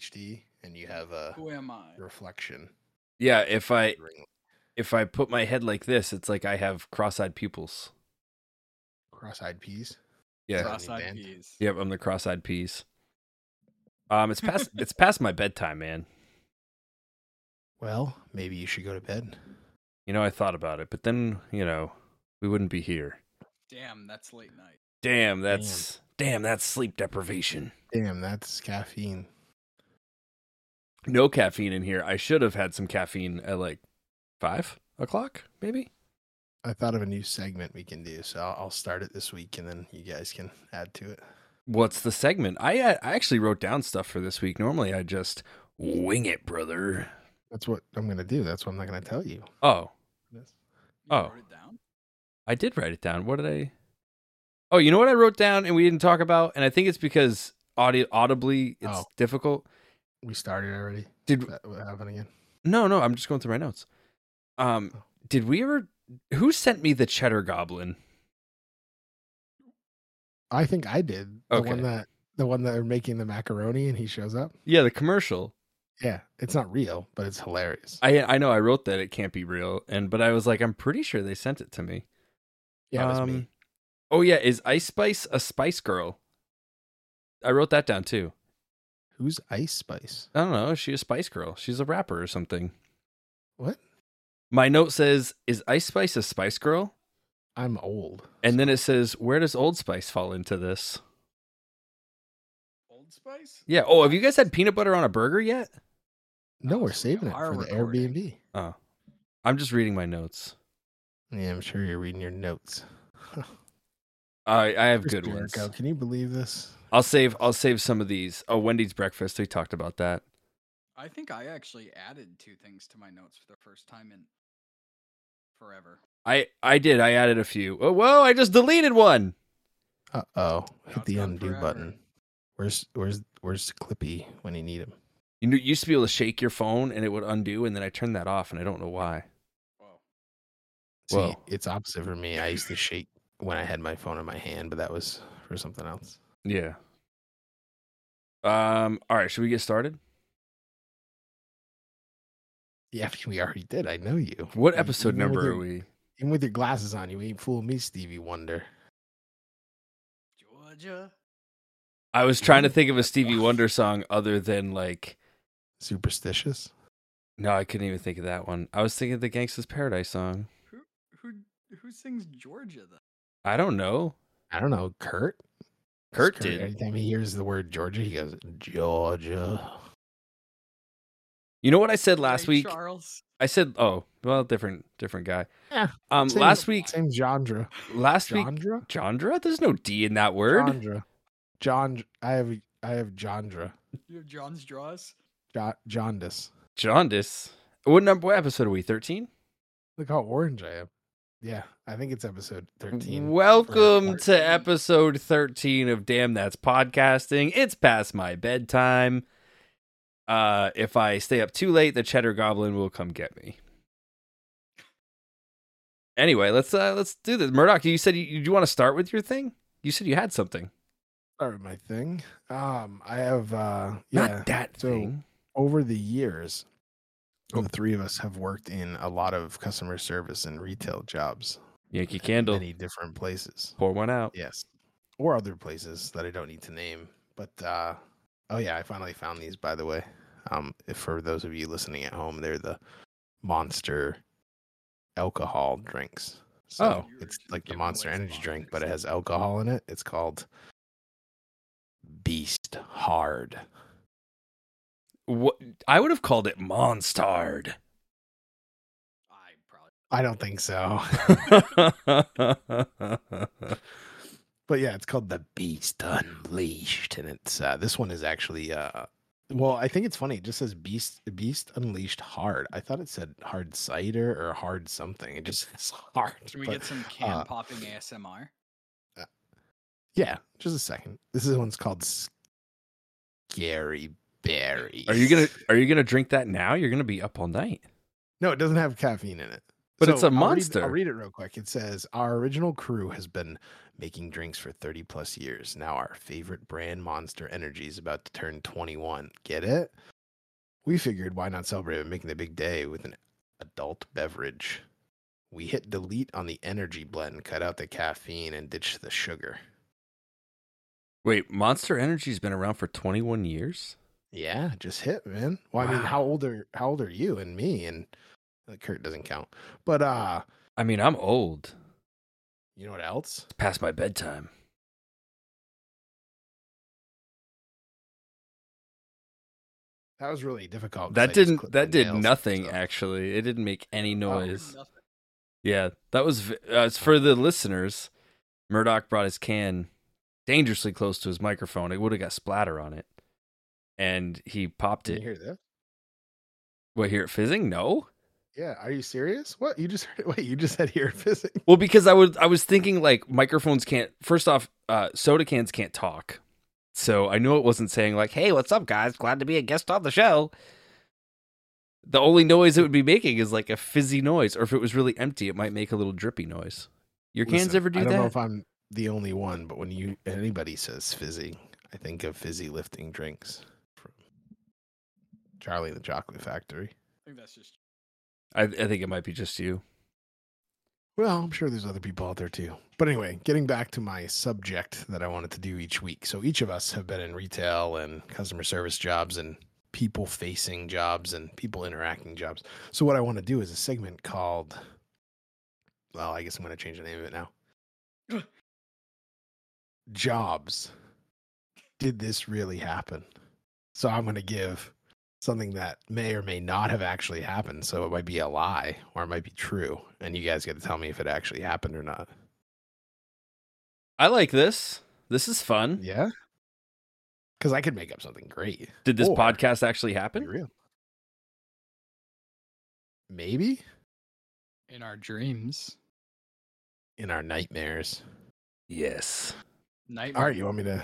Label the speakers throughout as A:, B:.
A: see, and you have a
B: Who am I?
A: reflection.
C: Yeah, if I
A: ring.
C: if I put my head like this, it's like I have cross-eyed pupils.
A: Cross-eyed peas.
C: Yeah.
A: Cross-
B: Cross-eyed
A: band.
B: peas.
C: Yep, I'm the cross-eyed peas. Um, it's past it's past my bedtime, man.
A: Well, maybe you should go to bed.
C: You know, I thought about it, but then you know, we wouldn't be here.
B: Damn, that's late night.
C: Damn, that's damn, that's sleep deprivation.
A: Damn, that's caffeine.
C: No caffeine in here. I should have had some caffeine at like five o'clock, maybe.
A: I thought of a new segment we can do, so I'll, I'll start it this week, and then you guys can add to it.
C: What's the segment? I I actually wrote down stuff for this week. Normally, I just wing it, brother.
A: That's what I'm gonna do. That's what I'm not gonna tell you.
C: Oh,
B: You
C: Oh.
B: wrote it down?
C: I did write it down. What did I? Oh, you know what I wrote down and we didn't talk about, and I think it's because audi- audibly it's
A: Oh.
C: difficult.
A: We started already.
C: Did
A: Is That what happened again?
C: no, no, I'm just going through my notes. Um,
A: Oh.
C: did we ever? Who sent me the cheddar goblin?
A: I think I did. The
C: Okay.
A: one that the one that they're making the macaroni, and he shows up.
C: Yeah, the commercial.
A: Yeah, it's not real, but it's hilarious.
C: I I know I wrote that it can't be real, and but I was like, I'm pretty sure they sent it to me.
A: yeah, it was me.
C: Um, Oh yeah, is Ice Spice a Spice Girl? I wrote that down too.
A: Who's Ice Spice?
C: I don't know. Is she a Spice Girl? She's a rapper or something.
A: What?
C: My note says, "Is Ice Spice a Spice Girl?"
A: I'm old.
C: And then it says, "Where does Old Spice fall into this?"
B: Old Spice?
C: Yeah. Oh, have you guys had peanut butter on a burger yet?
A: No,
B: Oh,
A: we're
B: so we
A: saving it
B: are
A: for the
B: recording.
A: Airbnb.
C: Oh, I'm just reading my notes.
A: Yeah, I'm sure you're reading your notes.
C: I I have
A: Chris
C: good ones.
A: Jericho, Can you believe this?
C: I'll save I'll save some of these. Oh, Wendy's breakfast. We talked about that.
B: I think I actually added two things to my notes for the first time in forever.
C: I I did. I added a few. Oh, whoa! I just deleted one.
A: Uh oh!
B: Now
A: Hit
B: it's
A: the
B: gone
A: undo
B: forever.
A: button. Where's where's where's Clippy when you need him?
C: You know, you used to be able to shake your phone and it would undo, and then I turned that off, and I don't know why.
B: Whoa.
A: See,
C: Whoa.
A: it's opposite for me. I used to shake when I had my phone in my hand, but that was for something else.
C: Yeah. Um. All right. Should we get started?
A: Yeah, we already did. I know you.
C: What
A: You-
C: episode
A: even with
C: number
A: your-
C: are we?
A: Even with your glasses on, you ain't fooling me, Stevie Wonder.
B: Georgia.
C: I was trying to think of a Stevie Wonder song other than like.
A: Superstitious.
C: No, I couldn't even think of that one. I was thinking the Gangsta's Paradise song.
B: Who who who sings Georgia then?
C: I don't know.
A: I don't know. Kurt.
C: Kurt did.
A: Anytime he hears the word Georgia, he goes Georgia.
C: You know what I said last
B: Ray
C: week?
B: Charles.
C: I said, oh, well, different, different guy.
A: Yeah,
C: Um.
A: Same-
C: Last week.
A: same genre.
C: Last week.
A: Genre.
C: Chandra? There's no D in that word.
A: Genre. John. I have. I have genre.
B: You have John's draws.
A: Jo- jaundice.
C: Jaundice. What number? What episode are we? Thirteen.
A: Look how orange I am. Yeah, I think it's episode thirteen.
C: Welcome
A: For-
C: to episode thirteen of Damn That's Podcasting. It's past my bedtime. Uh, if I stay up too late, the Cheddar Goblin will come get me. Anyway, let's uh, let's do this. Murdoch, you said you, you want to start with your thing. You said you had something.
A: Start with my thing. Um, I have. uh Yeah,
C: Not that
A: so-
C: thing.
A: over the years,
C: Oh.
A: the three of us have worked in a lot of customer service and retail jobs,
C: Yankee Candle.
A: many different places.
C: Pour one out.
A: Yes. Or other places that I don't need to name. But uh oh yeah, I finally found these by the way. Um if for those of you listening at home, they're the monster alcohol drinks. So
B: Oh. You were
A: it's
B: just
A: like the
B: giving
A: monster
B: away
A: energy drink, but it
B: sponsors.
A: has alcohol in it. It's called Beast Hard.
C: What I would have called it Monstard.
B: I probably
A: I don't think so. but yeah, it's called the Beast Unleashed, and it's uh, this one is actually uh, well, I think it's funny. It just says Beast Beast Unleashed Hard. I thought it said hard cider or hard something. It just says hard.
B: Should we
A: but-
B: get some can
A: uh,
B: popping ASMR?
A: yeah, just a second. This is one's called Scary Berries.
C: Are you gonna Are you gonna drink that now? You're gonna be up all night.
A: No, it doesn't have caffeine in it.
C: But it's a
A: I'll read-
C: monster.
A: I'll read it real quick. It says Our original crew has been making drinks for 30 plus years. Now, our favorite brand, Monster Energy, is about to turn 21. Get it? we figured why not celebrate by making the big day with an adult beverage. We hit delete on the energy blend, cut out the caffeine, and ditched the sugar.
C: Wait, Monster Energy's been around for 21 years?
A: Yeah, just hit, man. Well, I mean, how
C: Wow.
A: old are how old are you and me and uh, Kurt doesn't count. But uh,
C: I mean, I'm old.
A: you know what else?
C: It's past my bedtime.
A: That was really difficult. Oh, 'cause I just
C: That didn't
A: clipped
C: that
A: my
C: did
A: nails and
C: nothing
A: stuff. Oh,
C: actually. It didn't make any noise.
B: Nothing.
C: Yeah, that was v- uh, it's for the listeners. Murdoch brought his can dangerously close to his microphone. It would have got splatter on it. And he popped
A: Did you
C: it.
A: hear that?
C: What, hear it fizzing? No.
A: Yeah. Are you serious? What you just heard? Wait, you just said here fizzing?
C: Well, because I would I was thinking like microphones can't first off, uh soda cans can't talk. So I knew it wasn't saying like, hey, what's up guys? Glad to be a guest on the show. The only noise it would be making is like a fizzy noise, or if it was really empty, it might make a little drippy noise. Your cans
A: Listen,
C: ever do
A: I don't
C: that?
A: know if I'm the only one, but when you anybody says fizzy, I think of fizzy lifting drinks from Charlie and the Chocolate Factory.
B: I think that's just
C: I, I think it might be just you.
A: Well, I'm sure there's other people out there too. But anyway, getting back to my subject that I wanted to do each week. So each of us have been in retail and customer service jobs and people facing jobs and people interacting jobs. So what I want to do is a segment called well, I guess I'm going to change the name of it now. Jobs. Did this really happen? So I'm going to give something that may or may not have actually happened. So it might be a lie or it might be true. And you guys get to tell me if it actually happened or not.
C: I like this. This is fun.
A: Yeah. Because I could make up something great.
C: Did this
A: Or-
C: podcast actually
A: Be
C: happen?
A: real. Maybe
B: in our dreams.
A: in our nightmares.
C: Yes.
B: Nightmare.
A: All right. You want me to,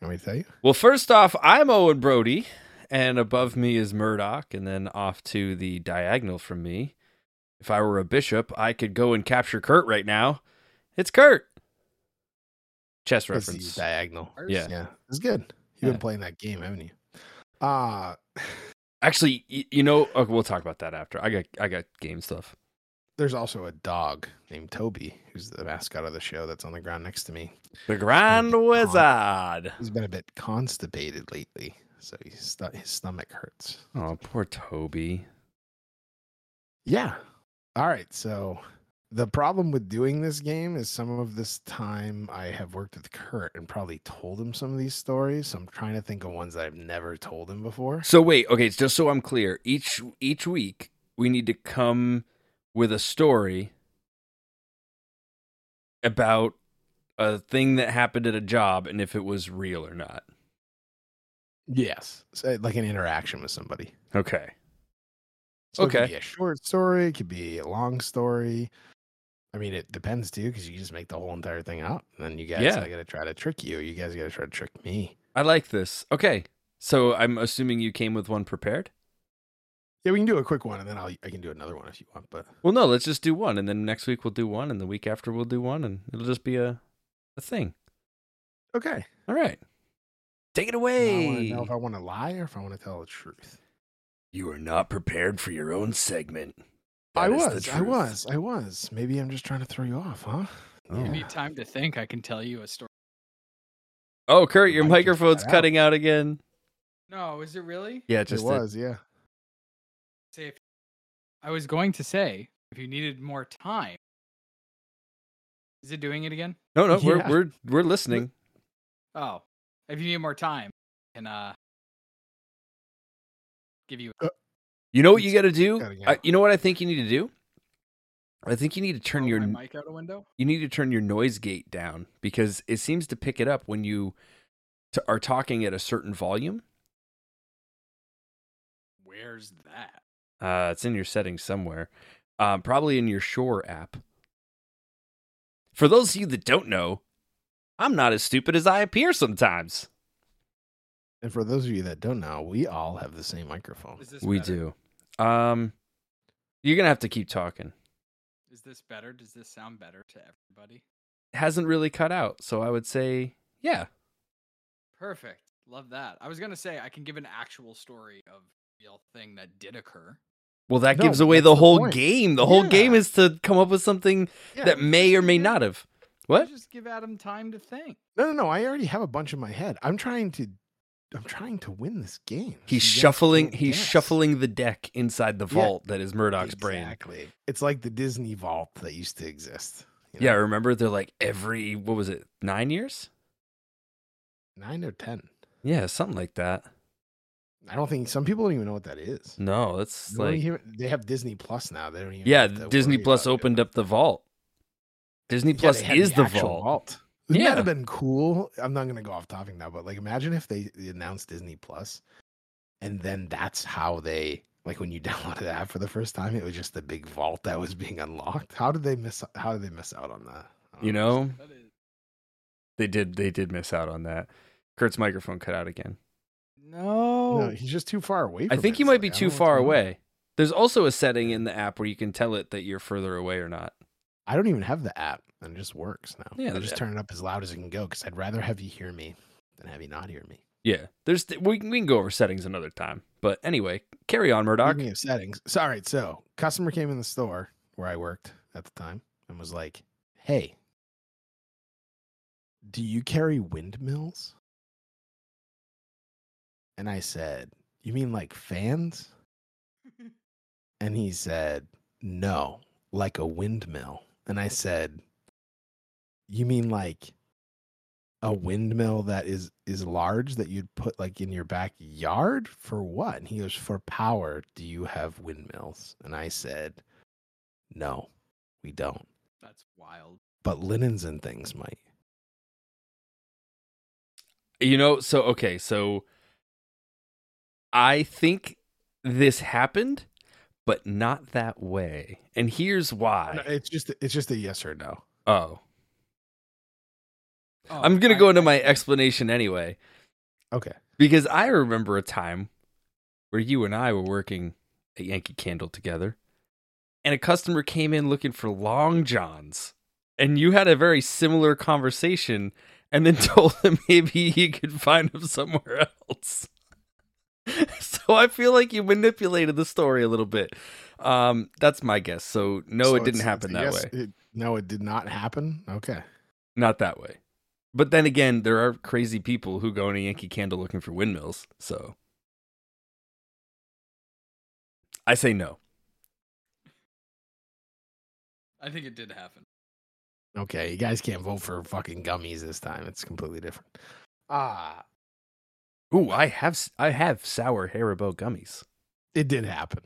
A: you want me to tell you?
C: Well, first off, I'm Owen Brody, and above me is Murdoch, and then off to the diagonal from me. If I were a bishop, I could go and capture Kurt right now. It's Kurt. Chess
A: Let's use
C: reference.
A: diagonal.
B: Ours?
C: Yeah.
A: Yeah. It's good. You've
C: Yeah.
A: been playing that game, haven't you? Uh,
C: Actually, y- you know, okay, we'll talk about that after. I got I got game stuff.
A: there's also a dog named Toby, who's the mascot of the show that's on the ground next to me.
C: The Grand
A: Hold on.
C: Wizard.
A: He's been a bit constipated lately, so he's stu- his stomach hurts.
C: Oh, poor Toby.
A: Yeah. All right. So the problem with doing this game is some of this time I have worked with Kurt and probably told him some of these stories. So I'm trying to think of ones that I've never told him before.
C: So wait, okay, just so I'm clear, each each week we need to come with a story about a thing that happened at a job and if it was real or not.
A: Yes. So, uh, like an interaction with somebody.
C: Okay.
A: So It
C: Okay.
A: could be a short story. It could be a long story. I mean, it depends too, because you just make the whole entire thing up, and then you guys,
C: Yeah.
A: I gotta try to trick you. You guys gotta try to trick me.
C: I like this. Okay. So I'm assuming you came with one prepared?
A: Yeah, we can do a quick one, and then I'll I can do another one if you want. But
C: Well, no, let's just do one and then next week we'll do one and the week after we'll do one and it'll just be a a thing.
A: okay,
C: All right. Take it
A: Now I want to
C: away.
A: know if I want to lie or if I want to tell the truth.
C: You are not prepared for your own segment.
A: I
C: That is the
A: was, I
C: truth.
A: was, I was. Maybe I'm just trying to throw you off, huh?
C: Oh.
B: You need time to think. I can tell you a story.
C: Oh, Kurt, your
A: Mic just cut
C: microphone's
A: out.
C: cutting out again.
B: No, is it really?
C: Yeah,
A: it
C: just did.
A: was, yeah.
B: Say if I was going to say if you needed more time. Is it doing it again?
C: no, no. We're
A: Yeah.
C: we're we're listening.
B: Oh, if you need more time, I can uh give you.
C: You know what you got to do.
A: Cutting
C: I,
A: out.
C: you know what I think you need to do. I think you need to turn
B: oh,
C: your
B: my mic out a window.
C: you need to turn your noise gate down because it seems to pick it up when you t- are talking at a certain volume.
B: Where's that?
C: Uh, it's in your settings somewhere, um, probably in your Shore app. For those of you that don't know, I'm not as stupid as I appear sometimes.
A: And for those of you that don't know, we all have the same microphone.
B: Is this
C: We
B: better?
C: do. Um, you're gonna have to keep talking.
B: Is this better? Does this sound better to everybody?
C: hasn't really cut out. So I would say, yeah.
B: Perfect. Love that. I was gonna say I can give an actual story of real thing that did occur.
C: Well, that
A: No,
C: gives
A: but
C: away
A: that's
C: the
A: the
C: whole
A: point.
C: game. The whole
A: Yeah.
C: game is to come up with something
A: Yeah,
C: that may or may
B: yeah.
C: not have. What?
B: Just give Adam time to think.
A: No, no, no. I already have a bunch in my head. I'm trying to, I'm trying to win this game.
C: He's
A: You guys
C: shuffling.
A: can't
C: He's
A: guess.
C: shuffling the deck inside the
A: Yeah.
C: vault that is Murdoch's brain.
A: Exactly. It's like the Disney vault that used to exist. you
C: Yeah,
A: know?
C: remember they're like every what was it nine years?
A: nine or ten.
C: Yeah, something like that.
A: I don't think some people don't even know what that is.
C: No, that's
A: They don't
C: like
A: even- they have Disney Plus now. They don't even.
C: yeah.
A: have to
C: Disney
A: worry
C: Plus
A: about it.
C: opened up the vault. Disney
A: Yeah,
C: Plus
A: they had
C: is the
A: actual
C: vault.
A: Wouldn't
C: Yeah.
A: that have been cool? I'm not gonna go off topic now, but like imagine if they they announced Disney Plus, and then that's how they like when you downloaded the app for the first time, it was just the big vault that was being unlocked. How did they miss? How did they miss out on that? I don't
C: You know,
B: That is
C: they did. They did miss out on that. Kurt's microphone cut out again.
B: no.
A: no, he's just too far away.
C: I
A: from
C: think
A: it,
C: you
A: so,
C: might be
A: like, I
C: too
A: don't know what's
C: far
A: going on.
C: away. There's also a setting in the app where you can tell it that you're further away or not.
A: I don't even have the app, and it just works now.
C: Yeah,
A: I
C: the-
A: just turn it up as loud as it can go because I'd rather have you hear me than have you not hear me.
C: Yeah, there's th- we can, we can go over settings another time. But anyway, carry on, Murdoch.
A: Speaking of settings. So, all right. So, customer came in the store where I worked at the time and was like, "Hey, do you carry windmills?" And I said, "You mean like fans?" and he said, "No, like a windmill." And I said, "You mean like a windmill that is is large that you'd put like in your backyard for what and he goes for power do you have windmills and i said no we don't
B: That's wild.
A: but linens and things might
C: You know, so okay, so I think this happened, but not that way. And here's
A: No,
C: why.
A: it's just it's just a yes or no
C: Oh,
B: Oh,
C: I'm gonna
B: I-
C: go into
B: I
C: my
B: think-
C: explanation anyway.
A: okay
C: Because I remember a time where you and I were working at Yankee Candle together, and a customer came in looking for Long Johns, and you had a very similar conversation, and then told him maybe he could find them somewhere else. so I feel like you manipulated the story a little bit. Um, that's my guess. So no,
A: So
C: it didn't
A: it's-
C: happen that
A: it's a
C: way.
A: yes- it- no it did not happen okay
C: Not that way. But then again, there are crazy people who go in a Yankee Candle looking for windmills. So I say no.
B: I think it did happen.
A: okay you guys can't vote for fucking gummies this time it's completely different ah
C: Ooh, I have s- I have sour Haribo gummies.
A: It did happen.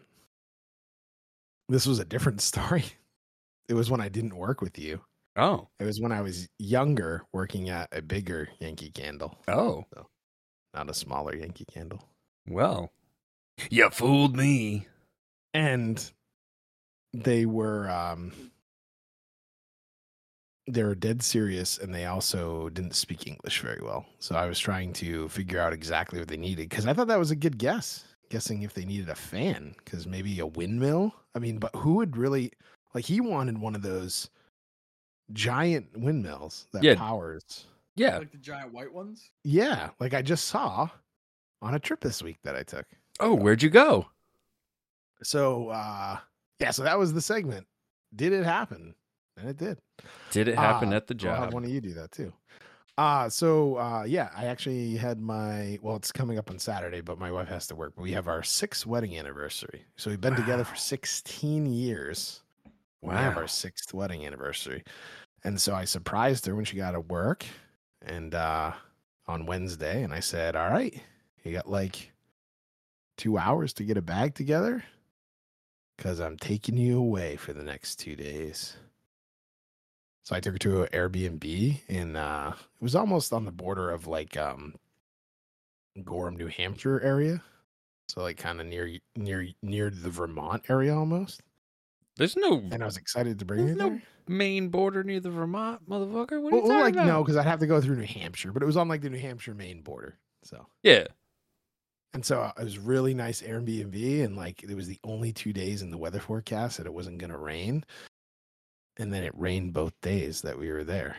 A: This was a different story. It was when I didn't work with you.
C: Oh,
A: It was when I was younger working at a bigger Yankee Candle,
C: oh,
A: not a smaller Yankee Candle.
C: well, you fooled me.
A: And they were um they were dead serious and they also didn't speak English very well. So I was trying to figure out exactly what they needed cuz I thought that was a good guess, guessing if they needed a fan cuz maybe a windmill. I mean, but who would really like he wanted one of those giant windmills that
C: Yeah.
A: powers.
C: Yeah.
B: Like the giant white ones.
A: Yeah, like I just saw on a trip this week that I took.
C: Oh, where'd you go?
A: So uh yeah, so that was the segment. Did it happen? And it did.
C: Did it happen
A: Ah,
C: at the
A: I'll have
C: job?
A: one of you do that too. Uh so uh yeah, I actually had my well, it's coming up on Saturday, but my wife has to work. But we have our sixth wedding anniversary. So we've been together for
C: Wow.
A: 16 years. when We have our sixth wedding anniversary. And so I surprised her when she got to work and uh on Wednesday and I said, All right, you got like two hours to get a bag together. Cause I'm taking you away for the next two days. So I took her to an Airbnb and uh it was almost on the border of like um Gorham, New Hampshire area. So like kind of near near near the Vermont area almost.
C: There's no
A: And I was excited to bring her
C: There's no
A: there.
C: main border near the Vermont motherfucker. What are
A: Well,
C: you talking
A: like
C: about?
A: no, because I'd have to go through New Hampshire, but it was on like the New Hampshire Maine border. So
C: Yeah.
A: and so uh, it was really nice Airbnb, and like it was the only two days in the weather forecast that it wasn't going to rain, and then it rained both days that we were there. 'Cause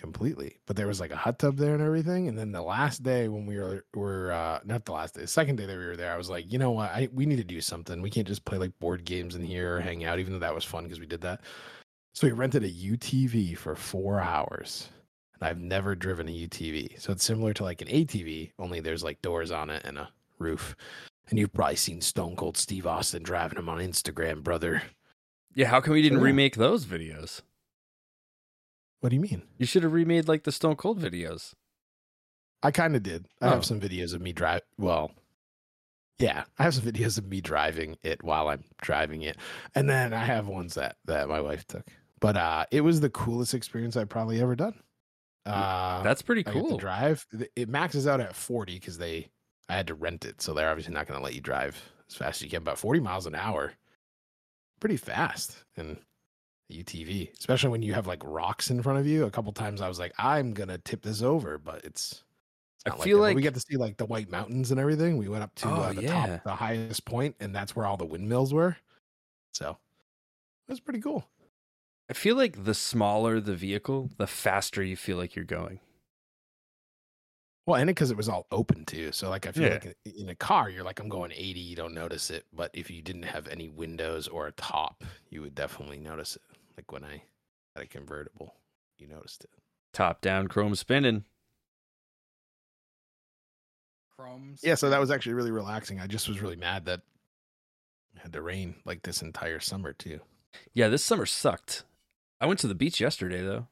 A: completely. But there was like a hot tub there and everything. And then the last day when we were were uh, not the last day, the second day that we were there, I was like, you know what, I we need to do something. We can't just play like board games in here or hang out, even though that was fun because we did that. So we rented a UTV for four hours. And I've never driven a UTV. So it's similar to like an ATV, only there's like doors on it and a roof. And you've probably seen Stone Cold Steve Austin driving them on Instagram, brother.
C: Yeah, how come we didn't
A: Yeah.
C: remake those videos?
A: What do you mean?
C: You should have remade like the Stone Cold videos.
A: I kind of did. I
C: Oh.
A: have some videos of me drive. Well, yeah, I have some videos of me driving it while I'm driving it, and then I have ones that that my wife took. But uh, it was the coolest experience I've probably ever done. Uh,
C: That's pretty
A: I get to
C: cool.
A: drive. Th- It maxes out at 40 because they I had to rent it, so they're obviously not going to let you drive as fast as you can. About 40 miles an hour, pretty fast in a UTV, especially when you have like rocks in front of you. A couple times I was like, I'm gonna tip this over, but it's. it's
C: I
A: not
C: feel
A: that. But
C: like-
A: we got to see like the White Mountains and everything. We went up to
C: Oh,
A: uh, the
C: yeah.
A: top, the highest point, and that's where all the windmills were. So it was pretty cool.
C: I feel like the smaller the vehicle, the faster you feel like you're going.
A: Well, and because it was all open too. So, like, I feel
C: Yeah.
A: like i- in a car, you're like, I'm going 80, you don't notice it. But if you didn't have any windows or a top, you would definitely notice it. Like when I had a convertible, you noticed it.
C: Top down, chrome spinning.
B: Chromes.
A: Yeah. So that was actually really relaxing. I just was really mad that it had to rain like this entire summer too.
C: Yeah, this summer sucked. I went to the beach yesterday though.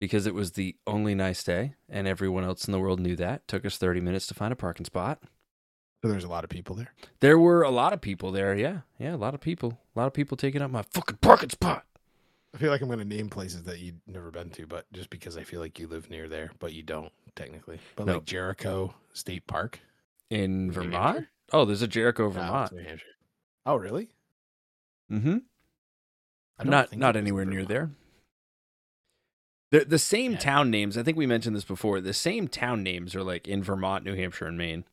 C: Because it was the only nice day and everyone else in the world knew that. Took us 30 minutes to find a parking spot.
A: So there's a lot of people there.
C: There were a lot of people there. Yeah. Yeah, a lot of people. A lot of people taking up my fucking parking spot.
A: I feel like I'm going to name places that you've never been to, but just because I feel like you live near there, but you don't technically. But
C: No.
A: like Jericho State Park,
C: In
A: New Hampshire?
C: Vermont? Oh, there's a Jericho,
A: No, it's
C: Vermont.
A: New Hampshire. Oh, really?
C: Mm-hmm.
A: I don't
C: Not
A: think
C: not
A: it was
C: anywhere near
A: Vermont.
C: there. The the same
A: Yeah.
C: town names. I think we mentioned this before. The same town names are like in Vermont, New Hampshire, and Maine.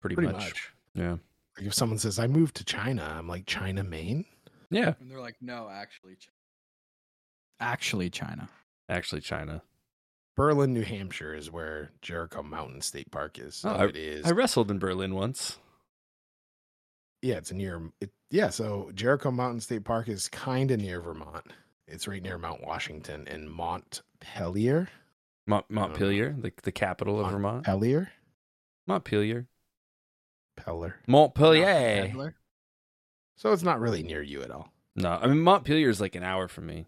C: Pretty,
A: Pretty
C: much.
A: much.
C: Yeah.
A: Like if someone says I moved to China, I'm like China, Maine.
C: Yeah.
B: And they're like, no, actually, China. actually China.
C: Actually, China.
A: Berlin, New Hampshire is where Jericho Mountain State Park is. So
C: Oh,
A: it is.
C: I wrestled in Berlin once.
A: yeah, it's near. It, yeah, so Jericho Mountain State Park is kind of near Vermont. It's right near Mount Washington and Montpelier. Oh,
C: Mont- Montpelier, the, the capital of Vermont.
A: Pellier?
C: Montpelier.
A: Peller.
C: Oh, Montpelier.
B: Peddler?
A: So it's not really near you at all.
C: No, I mean Montpelier is like an hour from me.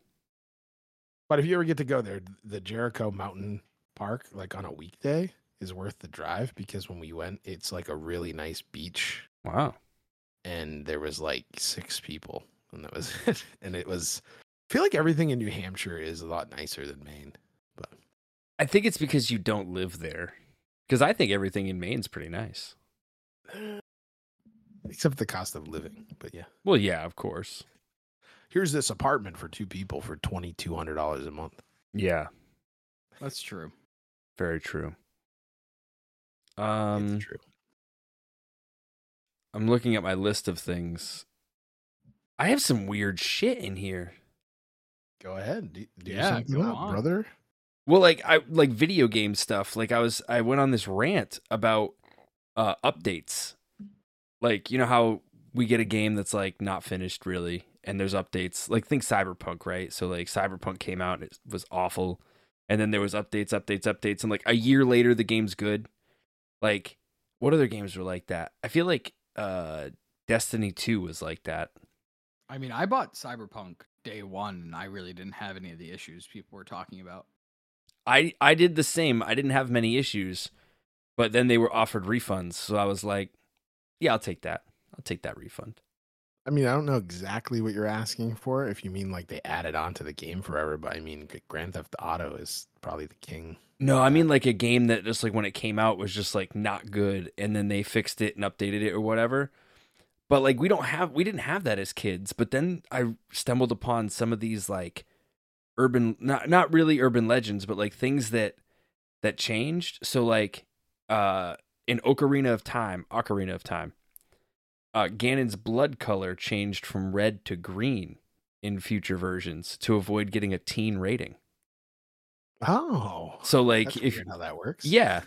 A: But if you ever get to go there, the Jericho Mountain Park, like on a weekday, is worth the drive because when we went, it's like a really nice beach
C: Wow.
A: and there was like six people and that was it and it was I feel like everything in new hampshire is a lot nicer than maine
C: I think it's because you don't live there. Because I think everything in Maine's pretty nice.
A: except the cost of living but yeah
C: Well, yeah, of course.
A: here's this apartment for two people for $2200 a month
C: Yeah,
B: That's true.
C: very true. Um,
A: it's true
C: I'm looking at my list of things. I have some weird shit in here.
A: go ahead do, do
B: Yeah,
A: something
B: go
A: up,
B: on.
A: brother
C: Well, like I like video game stuff. Like I was I went on this rant about uh updates. Like, you know how we get a game that's like not finished really and there's updates. Like think Cyberpunk, right? So like Cyberpunk came out and it was awful. And then there was updates, updates, updates and like a year later the game's good. Like what other games were like that? I feel like uh Destiny 2 was like that.
B: I mean, I bought Cyberpunk day one, and I really didn't have any of the issues people were talking about.
C: I I did the same. I didn't have many issues, but then they were offered refunds, so I was like, "Yeah, I'll take that. I'll take that refund."
A: i mean i don't know exactly what you're asking for if you mean like they added on to the game forever but i mean grand theft auto is probably the king
C: No, I mean like a game that just like when it came out was just like not good, and then they fixed it and updated it or whatever. But like we don't have we didn't have that as kids. But then I stumbled upon some of these like urban not not really urban legends, but like things that that changed. So like uh in Ocarina of Time, Ocarina of Time, uh Ganon's blood color changed from red to green in future versions to avoid getting a teen rating.
A: Oh,
C: So like
A: that's
C: if
A: weird how that works.
C: yeah.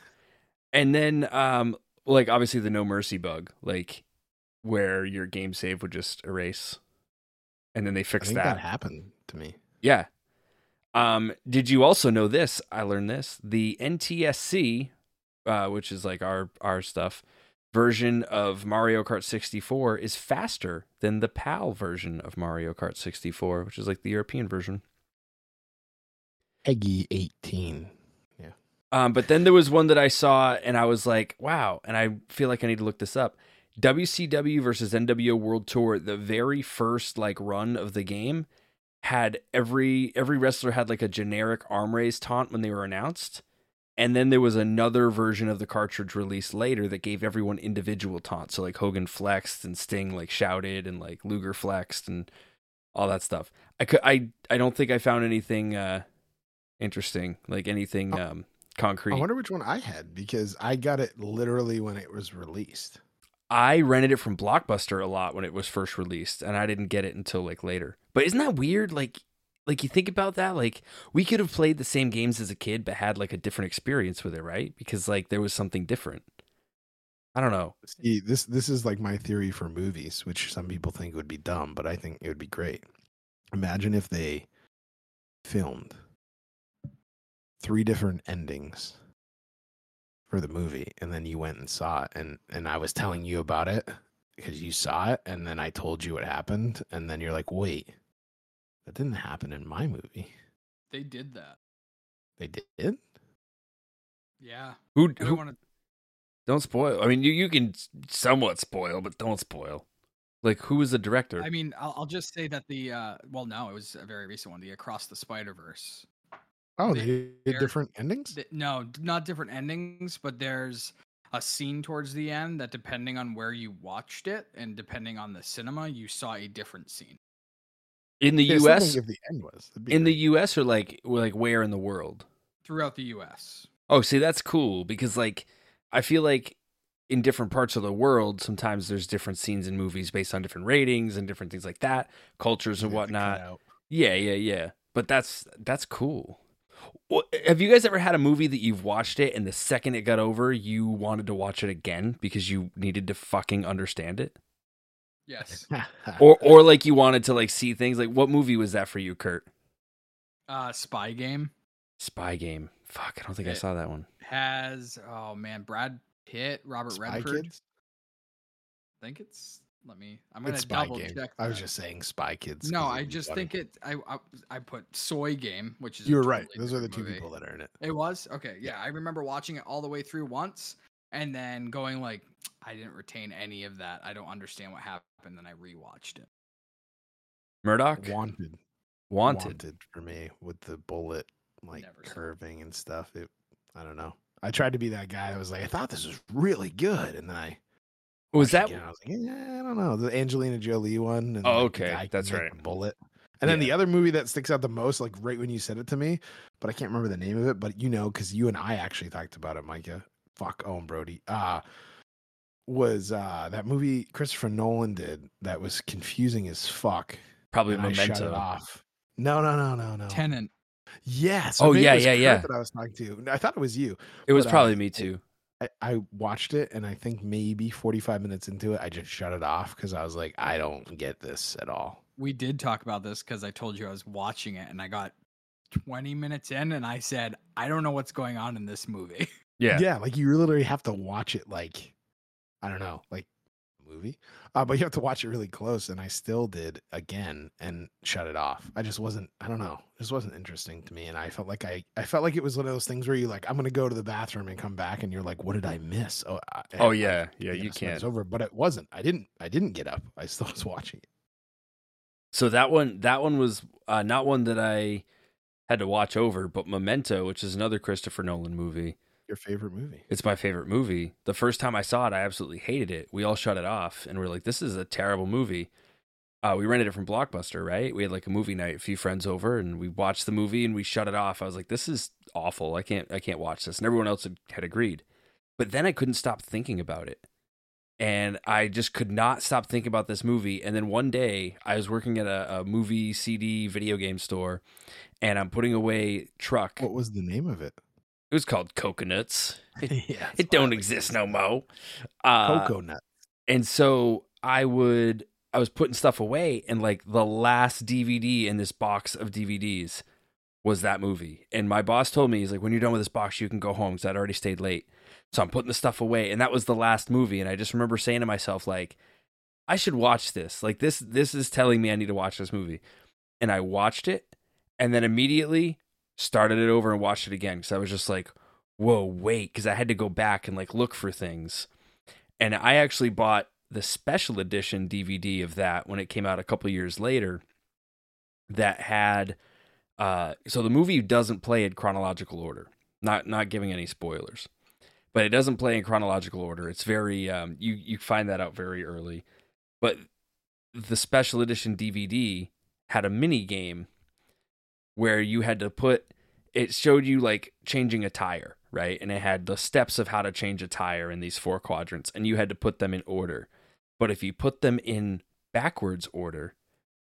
C: And then um like obviously the no mercy bug, like where your game save would just erase. And then they
A: I
C: fixed
A: think that.
C: that.
A: happened to me.
C: Yeah. Um, did you also know this? I learned this. The NTSC, uh, which is like our our stuff, version of Mario Kart 64 is faster than the PAL version of Mario Kart 64, which is like the European version.
A: Eggy eighteen.
C: Um, but then there was one that I saw and I was like, wow, and I feel like I need to look this up. WCW versus NWO World Tour, the very first like run of the game had every every wrestler had like a generic arm raise taunt when they were announced. And then there was another version of the cartridge released later that gave everyone individual taunts. So like Hogan flexed and Sting like shouted and like Luger flexed and all that stuff. I could I I don't think I found anything uh interesting, like anything
A: I-
C: um concrete.
A: I wonder which one I had because I got it literally when it was released.
C: I rented it from Blockbuster a lot when it was first released, and I didn't get it until like later. But isn't that weird? Like, like you think about that, like we could have played the same games as a kid, but had like a different experience with it, right? Because like there was something different. I don't know.
A: See, this this is like my theory for movies, which some people think would be dumb, but I think it would be great. Imagine if they filmed three different endings for the movie, and then you went and saw it, and and I was telling you about it because you saw it, and then I told you what happened, and then you're like, wait, that didn't happen in my movie.
B: They did that.
A: They did.
B: Yeah.
C: Who
B: I
C: who
B: don't want to.
C: don't spoil? I mean, you you can somewhat spoil, but don't spoil. Like, who was the director?
B: I mean, I'll, I'll just say that the uh, well, no, it was a very recent one. The Across the Spider Verse
A: Oh,
B: They-
A: they did
B: they're-
A: different endings.
B: Th- no, d- not different endings, but there's a scene towards the end that, depending on where you watched it and depending on the cinema, you saw a different scene.
C: in the
A: Yeah, something
C: U.S.
A: If the end was That'd be
C: In the
A: great.
C: U.S. or like like where in the world?
B: throughout the U.S.
C: Oh, see, that's cool because, like, I feel like in different parts of the world, sometimes there's different scenes in movies based on different ratings and different things like that, cultures
A: They
C: and
A: have to cut
C: whatnot.
A: out-
C: Yeah, yeah, yeah. But that's that's cool. Wha- Have you guys ever had a movie that you've watched it and the second it got over, you wanted to watch it again because you needed to fucking understand it,
B: Yes.
C: or or like you wanted to like see things like what movie was that for you, Kurt?
B: Uh, Spy Game
C: Spy Game. Fuck, I don't think I
B: Yeah.
C: saw that one.
B: has oh man, Brad Pitt, Robert
A: Spy
B: Redford.
A: Kids?
B: I think it's. Let me. I'm gonna
A: It's Spy
B: double
A: Game.
B: check.
A: I was
B: that.
A: just saying Spy Kids.
B: No, I just think it. I, I I put Soy Game, which is a
A: You were right.
B: totally
A: Those are the
B: different
A: two
B: movie.
A: people that are in it.
B: It was okay. Yeah, I remember watching it all the way through once, and then going like, I didn't retain any of that. I don't understand what happened. Then I rewatched it.
C: Murdoch
A: Wanted,
C: Wanted.
A: for me with the bullet like
B: Never saw it.
A: curving and stuff. It, I don't know. I tried to be that guy that was like, I thought this was really good, and then I
C: Was
A: watched it
C: that
A: again, I was like, yeah, I don't know. The Angelina Jolie one. And
C: Oh,
A: like, the
C: okay,
A: guy can
C: that's
A: make
C: right.
A: the bullet. And then the other movie that sticks out the most, like right when you said it to me, but I can't remember the name of it. But you know, because you and I actually talked about it, Micah. Fuck Owen Brody. Uh was uh that movie Christopher Nolan did that was confusing as fuck.
C: probably
A: and I shut it
C: Memento?
A: off. No, no, no, no, no.
B: Tenant.
A: Yes.
C: Oh, yeah, yeah, yeah.
A: That I was talking to. I thought it was you.
C: It was
A: But, uh,
C: probably me
A: it-
C: too.
A: I, I watched it and I think maybe 45 minutes into it, I just shut it off because I was like, I don't get this at all.
B: We did talk about this because I told you I was watching it, and I got 20 minutes in, and I said, I don't know what's going on in this movie.
C: Yeah.
A: like you literally have to watch it like, I don't know, like a movie, uh, but you have to watch it really close. And I still did again and shut it off. I just wasn't, I don't know, this wasn't interesting to me. And I felt like I, I felt like it was one of those things where you like, I'm going to go to the bathroom and come back and you're like, what did I miss? Oh, I,
C: Oh
A: I-
C: yeah, yeah.
A: you know,
C: You
A: so It's
C: can't.
A: over, but it wasn't. I didn't, I didn't get up. I still was watching it.
C: So that one, that one was uh, not one that I had to watch over, but Memento, which is another Christopher Nolan movie.
A: Your favorite movie.
C: It's my favorite movie. The first time I saw it, I absolutely hated it. We all shut it off, and we are like, "This is a terrible movie." Uh, we rented it from Blockbuster, right? We had like a movie night, a few friends over, and we watched the movie and we shut it off. I was like, "This is awful. I can't, I can't watch this." And everyone else had, had agreed, but then I couldn't stop thinking about it. and I just could not stop thinking about this movie. And then one day, I was working at a, a movie CD video game store, and I'm putting away truck.
A: What was the name of it?
C: It was called Coconuts.
A: yeah,
C: It don't exist no more. Uh,
A: Coco nut.
C: and so I would I was putting stuff away and like the last DVD in this box of DVDs was that movie. And my boss told me he's like when you're done with this box you can go home cuz I'd already stayed late. So I'm putting the stuff away and that was the last movie and I just remember saying to myself like I should watch this. Like this this is telling me I need to watch this movie. And I watched it and then immediately started it over and watched it again cuz I was just like whoa wait cuz I had to go back and like look for things and I actually bought the special edition DVD of that when it came out a couple years later. That had uh, so the movie doesn't play in chronological order. Not not giving any spoilers, but it doesn't play in chronological order. It's very um, you you find that out very early. But the special edition DVD had a mini game where you had to put it showed you like changing a tire, right? And it had the steps of how to change a tire in these four quadrants, and you had to put them in order. But if you put them in backwards order,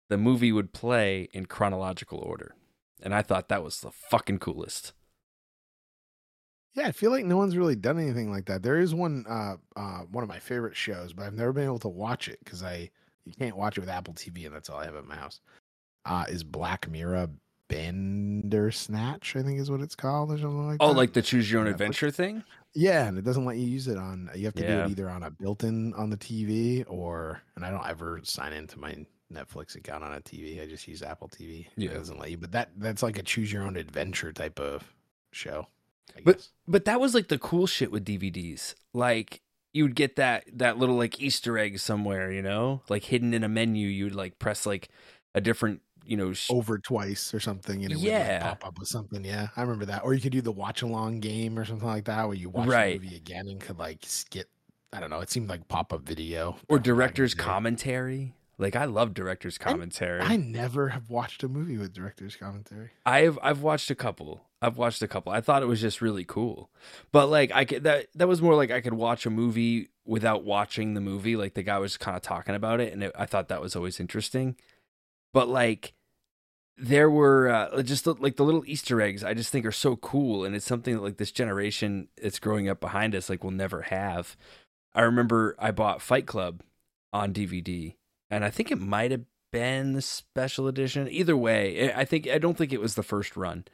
C: the movie would play in chronological order. And I thought that was the fucking coolest.
A: Yeah, I feel like no one's really done anything like that. There is one uh uh one of my favorite shows, but I've never been able to watch it because I you can't watch it with Apple TV and that's all I have at my house. Uh is Black Mirror Bender Snatch, I think is what it's called or something like
C: Oh,
A: that.
C: like the choose your own
A: Uh-huh. Yeah,
C: adventure thing?
A: Yeah, and it doesn't let you use it on you have to
C: Yeah.
A: do it either on a built-in on the TV or and I don't ever sign into my Netflix account on a TV. I just use Apple TV.
C: Yeah.
A: It doesn't let you, but that that's like a choose your own adventure type of show. I
C: But-
A: guess.
C: But that was like the cool shit with DVDs. Like you would get that that little like Easter egg somewhere, you know? Like hidden in a menu, you would like press like a different, you know, sh-
A: over twice or something and it would
C: Yeah.
A: like pop up with something. Yeah, I remember that. Or you could do the watch along game or something like that where you watch
C: Right.
A: the movie again and could like skip. I don't know. It seemed like pop up video
C: or
A: back in
C: director's
A: the day.
C: commentary. Like I love director's commentary.
A: I never have watched a movie with director's commentary.
C: I've I've watched a couple. I've watched a couple. I thought it was just really cool. But like I could that that was more like I could watch a movie without watching the movie. Like the guy was kind of talking about it, and it, I thought that was always interesting. But like there were uh, just the, like the little Easter eggs. I just think are so cool, and it's something that like this generation that's growing up behind us like will never have. I remember I bought Fight Club on DVD, and I think it might have been the special edition. Either way, I I think I don't think it was the first run.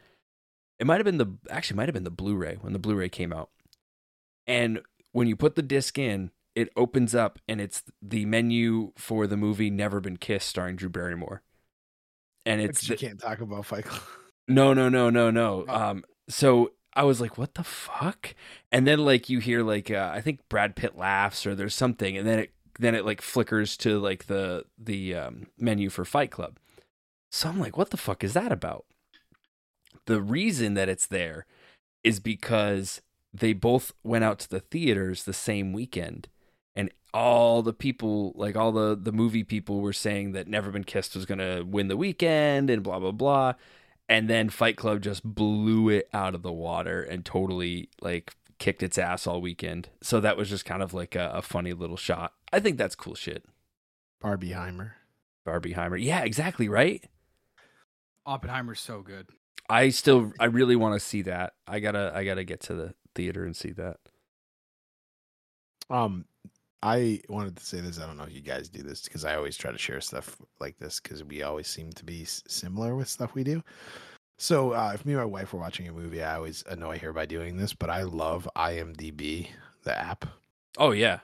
C: It might have been the actually it might have been the Blu-ray when the Blu-ray came out. And when you put the disc in, it opens up and it's the menu for the movie Never Been Kissed starring Drew Barrymore. And
A: But
C: it's
A: you
C: the-
A: can't talk about Fight Club.
C: no, no, no, no, no.
A: Oh.
C: Um, so I was like, what the fuck? And then like you hear like uh, I think Brad Pitt laughs or there's something, and then it then it like flickers to like the the um, menu for Fight Club. So I'm like, what the fuck is that about? The reason that it's there is because they both went out to the theaters the same weekend and all the people like all the the movie people were saying that never been kissed was going to win the weekend and blah blah blah and then fight club just blew it out of the water and totally like kicked its ass all weekend so that was just kind of like a, a funny little shot i think that's cool shit
A: Barbieheimer.
C: barbie heimer yeah exactly right
B: Oppenheimer's so good.
C: i still i really want to see that i gotta i gotta get to the theater and see that
A: Um, I wanted to say this. I don't know if you guys do this because I always try to share stuff like this because we always seem to be s- similar with stuff we do. So uh, if me and my wife were watching a movie, I always annoy her by doing this, but I love IMDb, the app.
C: oh yeah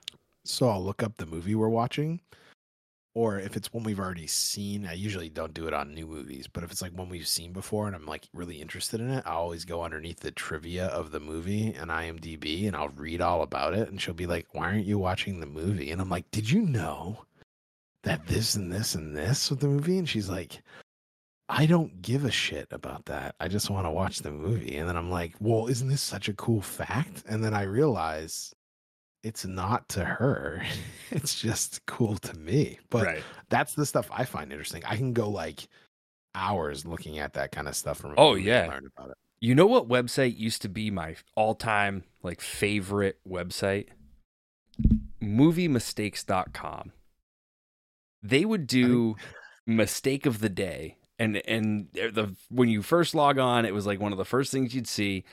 A: So I'll look up the movie we're watching. Or if it's one we've already seen, I usually don't do it on new movies, but if it's like one we've seen before and I'm like really interested in it, I always go underneath the trivia of the movie and IMDb and I'll read all about it. And she'll be like, Why aren't you watching the movie? And I'm like, Did you know that this and this and this with the movie? And she's like, I don't give a shit about that. I just want to watch the movie. And then I'm like, Well, isn't this such a cool fact? And then I realize it's not to her. it's just cool to me. But
C: right
A: that's the stuff I find interesting. I can go like hours looking at that kind of stuff from a
C: Oh,
A: movie and
C: yeah.
A: learn about it.
C: You know what website used to be my all-time like favorite website? moviemistakes.com. They would do mistake of the day and and the when you first log on it was like one of the first things you'd see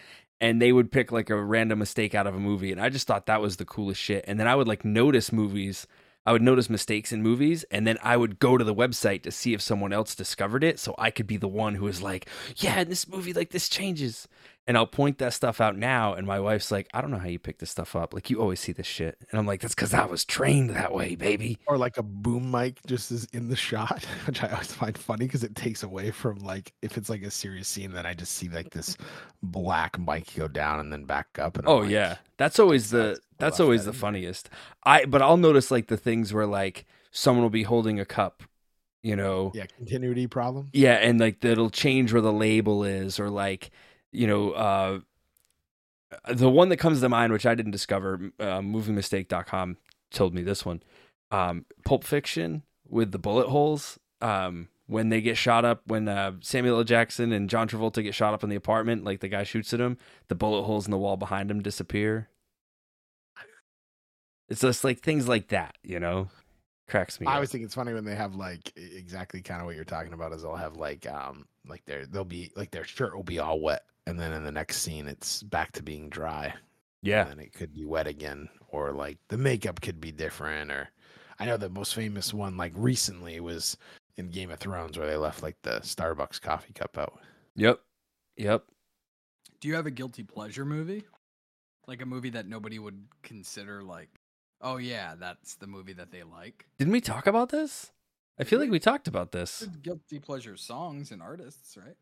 C: and they would pick like a random mistake out of a movie and I just thought that was the coolest shit and then I would like notice movies I would notice mistakes in movies and then I would go to the website to see if someone else discovered it so I could be the one who was like yeah in this movie like this changes and I'll point that stuff out now and my wife's like I don't know how you pick this stuff up like you always see this shit and I'm like that's cuz I was trained that way baby
A: or like a boom mic just is in the shot, which I always find funny because it takes away from like if it's like a serious scene, then I just see like this black mic go down and then back up. And I'm
C: Oh
A: like,
C: yeah, that's always the
A: that's
C: that's,
A: cool. That's
C: always the
A: better.
C: funniest. I but I'll notice like the things where like someone will be holding a cup, you know, yeah,
A: "Oh, yeah, continuity problem.
C: and like that'll change where the label is, or like you know, uh, the one that comes to mind, which I didn't discover, uh, moviemistake.com told me this one, um, Pulp Fiction with the bullet holes. Um, when they get shot up, when uh, Samuel L. Jackson and John Travolta get shot up in the apartment, like the guy shoots at him, the bullet holes in the wall behind him disappear. It's just like things like that, you know, cracks me.
A: I
C: up.
A: always think it's funny when they have like e- exactly kind of what you're talking about is they'll have like um like their they'll be like their shirt will be all wet and then in the next scene it's back to being dry
C: yeah,
A: and then it could be wet again or like the makeup could be different or I know the most famous one like recently was in Game of Thrones where they left like the Starbucks coffee cup out.
C: yep, yep.
B: Do you have a guilty pleasure movie? Like a movie that nobody would consider like, oh yeah, that's the movie that they like.
C: Didn't we talk about this? I feel like we talked about this,
B: There's Guilty pleasure songs and artists, right?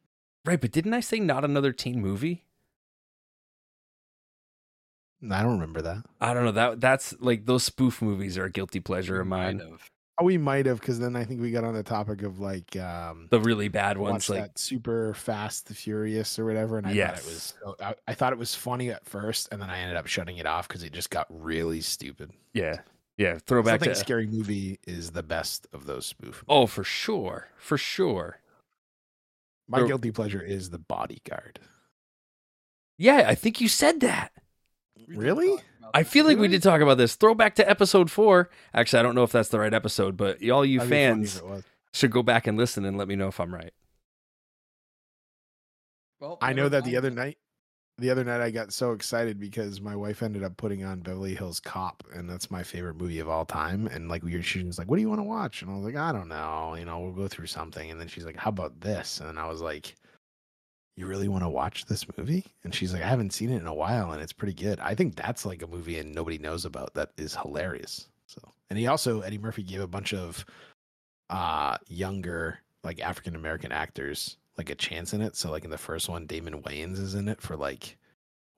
C: right? But didn't I say not another teen movie?
A: I don't remember that.
C: I don't know. That that's like those spoof movies are a guilty pleasure
A: Mm,
C: of mine.
B: Kind of.
A: Oh, we might have because then I think we got on the topic of like um
C: The really bad ones,
A: watched
C: like
A: that super fast the furious or whatever and i thought it was
C: Yes.
A: so- I, I thought it was funny at first and then i ended up shutting it off because it just got really stupid 'Cause
C: yeah, yeah.
A: i
C: Throwback
A: think
C: to
A: scary movie is the best of those spoof
C: oh, for sure, for sure.
A: my
C: or-
A: guilty pleasure is the bodyguard
C: Yeah, I think you said that.
B: We did
A: Really?
B: talk about
C: I
B: that.
C: feel like we
B: Really?
C: did talk about this. Throwback to episode four. Actually, I don't know if that's the right episode, but all you
A: That'd be funny if
C: fans
A: it was.
C: should go back and listen and let me know if I'm right.
B: Well,
A: i know
B: never
A: that the
B: mind.
A: other night the other night i got so excited because my wife ended up putting on beverly hills cop and that's my favorite movie of all time and like we were she was like what do you want to watch and i was like i don't know you know we'll go through something and then she's like how about this and i was like you really want to watch this movie? And she's like, I haven't seen it in a while, and it's pretty good. I think that's like a movie and nobody knows about that is hilarious. So, and he also Eddie Murphy gave a bunch of uh younger like African American actors like a chance in it. So, like in the first one, Damon Wayans is in it for like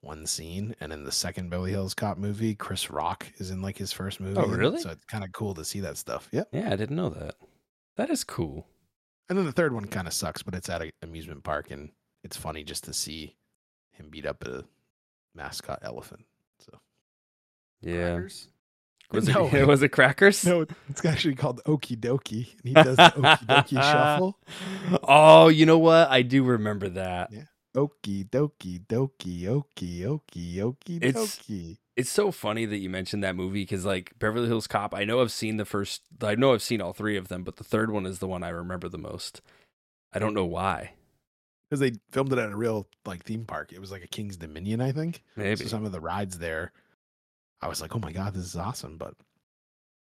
A: one scene, and in the second Beverly Hills Cop movie, Chris Rock is in like his first movie. in it.
C: Oh, really?
A: So it's kind of cool to see that stuff. Yep.
C: Yeah, I didn't know that. That is cool.
A: And then the third one kind of sucks, but it's at an amusement park, and it's funny just to see him beat up a mascot elephant. So
C: Yeah,
B: Crackers?
C: was it
A: No.
C: was it crackers?
A: no, it's actually called Okie Dokie, and he
C: does
A: does the
C: the
A: Okie
C: Okie dokie
A: Dokie
C: shuffle.
A: shuffle.
C: Oh, you know what? I do remember that.
A: Okie Dokie Dokie Okie Okie Okie
C: It's-
A: Dokie.
C: It's so funny that you mentioned that movie because, like, Beverly Hills Cop, I know I've seen the first, I know I've seen all three of them, but the third one is the one I remember the most. I don't know why.
A: Because they filmed it at a real like theme park. It was like a King's Dominion, I think.
C: Maybe.
A: So some of the rides there, I was like, oh my god, this is awesome. But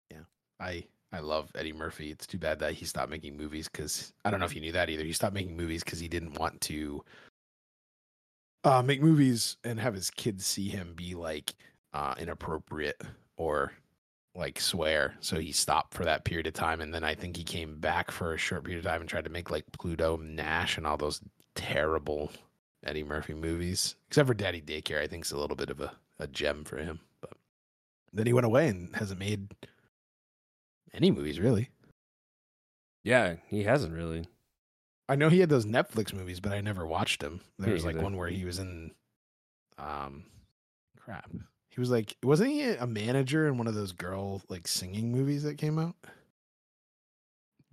A: yeah, I I love Eddie Murphy. It's too bad that he stopped making movies because I don't know if you knew that either. He stopped making movies because he didn't want to uh, make movies and have his kids see him be like uh, inappropriate or like swear. So he stopped for that period of time, and then I think he came back for a short period of time and tried to make like Pluto, Nash, and all those terrible Eddie Murphy movies, except for Daddy Daycare. I think is a little bit of a, a gem for him. But then he went away and hasn't made any movies really.
C: yeah, he hasn't really.
A: I know he had those Netflix movies, but I never watched them. There
C: Me
A: was like
C: either.
A: one where he was in, um, crap. He was like, wasn't he a manager in one of those girl like singing movies that came out?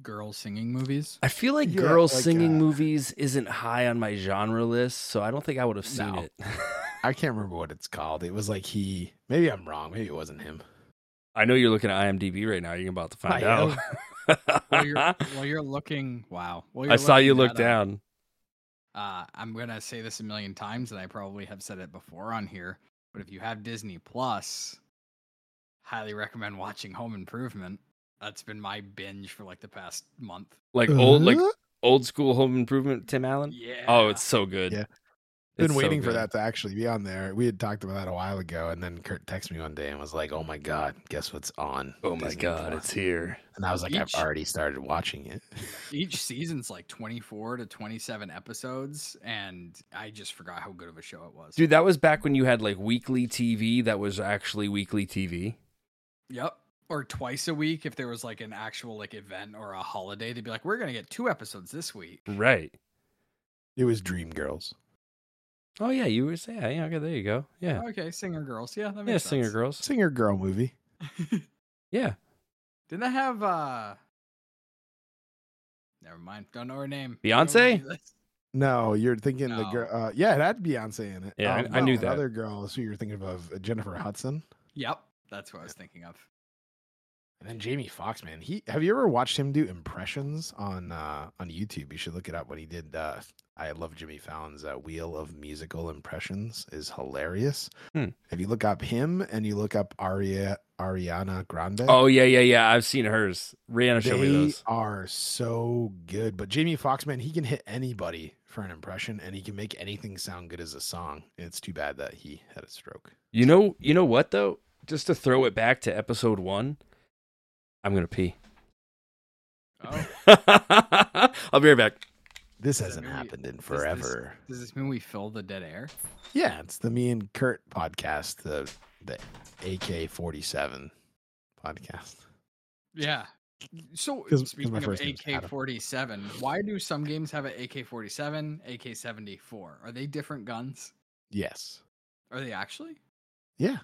B: Girl singing movies.
C: I feel like
A: Yeah,
C: girls
A: like,
C: singing
A: uh,
C: movies isn't high on my genre list, so I don't think I would have seen
A: No.
C: it.
A: I can't remember what it's called. It was like he. Maybe I'm wrong. Maybe it wasn't him.
C: I know you're looking at IMDb right now. You're about to find
A: I
C: out.
B: While you're, while you're looking, wow. While
C: I
B: you're
C: saw you
B: looking
C: look
B: that up,
C: down.
B: Uh, I'm gonna say this a million times, and I probably have said it before on here. But if you have Disney Plus, highly recommend watching Home Improvement. That's been my binge for like the past month.
C: Like
A: Uh,
C: old like old school home improvement Tim Allen.
B: Yeah.
C: Oh, it's so good.
A: Yeah.
C: It's
A: been
C: so
A: waiting for
C: good.
A: that to actually be on there. We had talked about that a while ago, and then Kurt texted me one day and was like, "Oh my god, guess what's on?"
C: Oh my
A: Disney
C: god,
A: Plus?"
C: it's here.
A: and I was like,
B: Beach.
A: "I've already started watching it."
B: each season's like 24 to 27 episodes, and I just forgot how good of a show it was.
C: Dude, that was back when you had like weekly TV that was actually weekly TV.
B: Yep. Or twice a week if there was like an actual like event or a holiday, they'd be like, "We're gonna get two episodes this week."
C: Right.
A: It was Dreamgirls.
C: Oh yeah, you were saying yeah, okay, there you go. Yeah.
B: Okay, singer girls. Yeah, that makes
C: yeah, singer
B: sense.
C: girls.
A: Singer girl movie.
C: Yeah.
B: Didn't that have uh Never mind. Don't know her name. Don't
C: Beyonce?
B: do this.
A: No, you're thinking the
B: No.
A: girl. Uh, yeah, it had Beyonce in it.
C: Yeah, I-
A: Um,
C: I knew that.
A: Other girl is who you're thinking of, uh, Jennifer Hudson,
B: Yep. That's what I was thinking of.
A: and then Jamie Foxx. Man, he. Have you ever watched him do impressions on uh, on YouTube? You should look it up. What he did. Uh, I love Jimmy Fallon's uh, Wheel of Musical Impressions is hilarious.
C: Hmm.
A: If you look up him and you look up Aria Ariana Grande,
C: Oh yeah, yeah, yeah. I've seen hers. Rihanna showed me
A: they
C: those.
A: are so good. But Jamie Foxx, man, he can hit anybody for an impression, and he can make anything sound good as a song. It's too bad that he had a stroke.
C: You know, you know what though? Just to throw it back to episode one, I'm gonna pee.
B: Oh,
C: I'll be right back.
A: This
B: Does it
A: hasn't
B: mean we-
A: happened in
B: this-
A: forever.
B: does this mean we fill the dead air?
A: Yeah, it's the me and Kurt podcast, the the AK forty seven podcast.
B: Yeah. So
A: 'Cause- 'cause my
B: speaking of
A: first name's Adam.
B: AK forty seven, why do some games have an AK forty seven, AK seventy four? Are they different guns?
A: Yes.
B: Are they actually?
A: Yeah.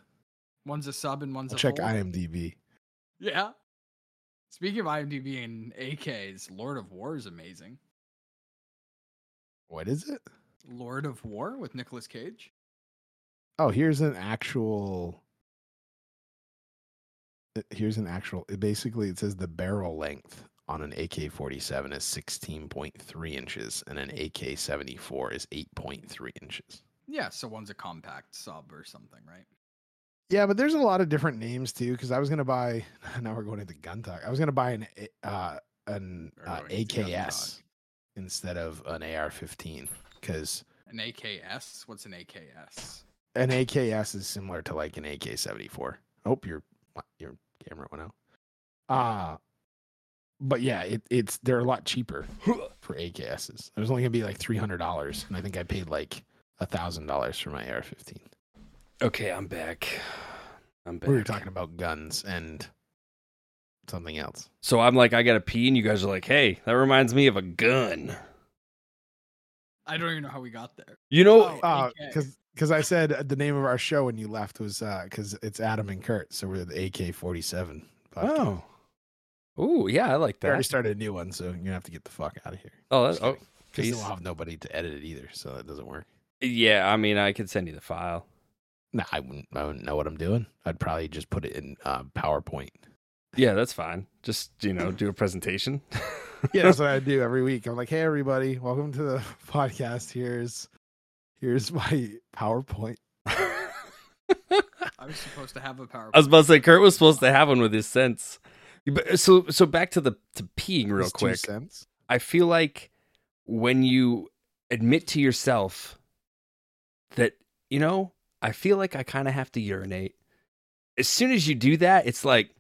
B: One's a sub and one's
A: I'll
B: a
A: check
B: full?
A: IMDb.
B: Yeah. Speaking of IMDb and AKs, Lord of War is amazing.
A: What is it?
B: Lord of War with Nicolas Cage.
A: Oh, here's an actual. uh, Here's an actual. It basically, it says the barrel length on an AK 47 is 16.3 inches and an AK 74 is 8.3 inches.
B: Yeah, so one's a compact sub or something, right?
A: Yeah, but there's a lot of different names too. Because I was gonna buy. Now we're going into gun talk. I was gonna buy an A- uh, an
B: We're
A: uh,
B: going into gun
A: AKS instead of an AR-15 because
B: An AKS. What's an AKS?
A: an AKS is similar to like an AK-74. Oh, your your camera went out. Uh but yeah, it, it's they're a lot cheaper for AKSs. It was only gonna be like three hundred dollars, and I think I paid like a thousand dollars for my AR-15.
C: Okay, I'm back. I'm back.
A: We were talking about guns and something else.
C: So I'm like, I gotta pee, and you guys are like, hey, that reminds me of a gun.
B: I don't even know how we got there.
C: You know,
B: Oh,
A: Uh,
B: AK.
A: cause, cause I said uh, the name of our show when you left was uh, cause it's Adam and Kurt, so we're the AK-47. podcast.
C: Oh. Ooh, yeah, I like
A: we already
C: that.
A: started a new one, so you're gonna have to get the fuck out of here.
C: Oh, that,
A: Just
C: oh,
A: kidding. 'Cause then
C: Peace.
A: we'll have nobody to edit it either, so that doesn't work.
C: yeah. I mean, I could send you the file.
A: No, I wouldn't. I wouldn't know what I'm doing. I'd probably just put it in uh, PowerPoint.
C: Yeah, that's fine. Just you know, do a presentation.
A: Yeah, that's what I do every week. I'm like, hey, everybody, welcome to the podcast. Here's here's my PowerPoint.
B: I was supposed to have a PowerPoint.
C: I was about to say Kurt was supposed to have one with his sense. But- So so back to the to peeing real
A: It's two
C: quick.
A: cents.
C: I feel like when you admit to yourself that you know, I feel like I kind of have to urinate. As soon as you do that, it's like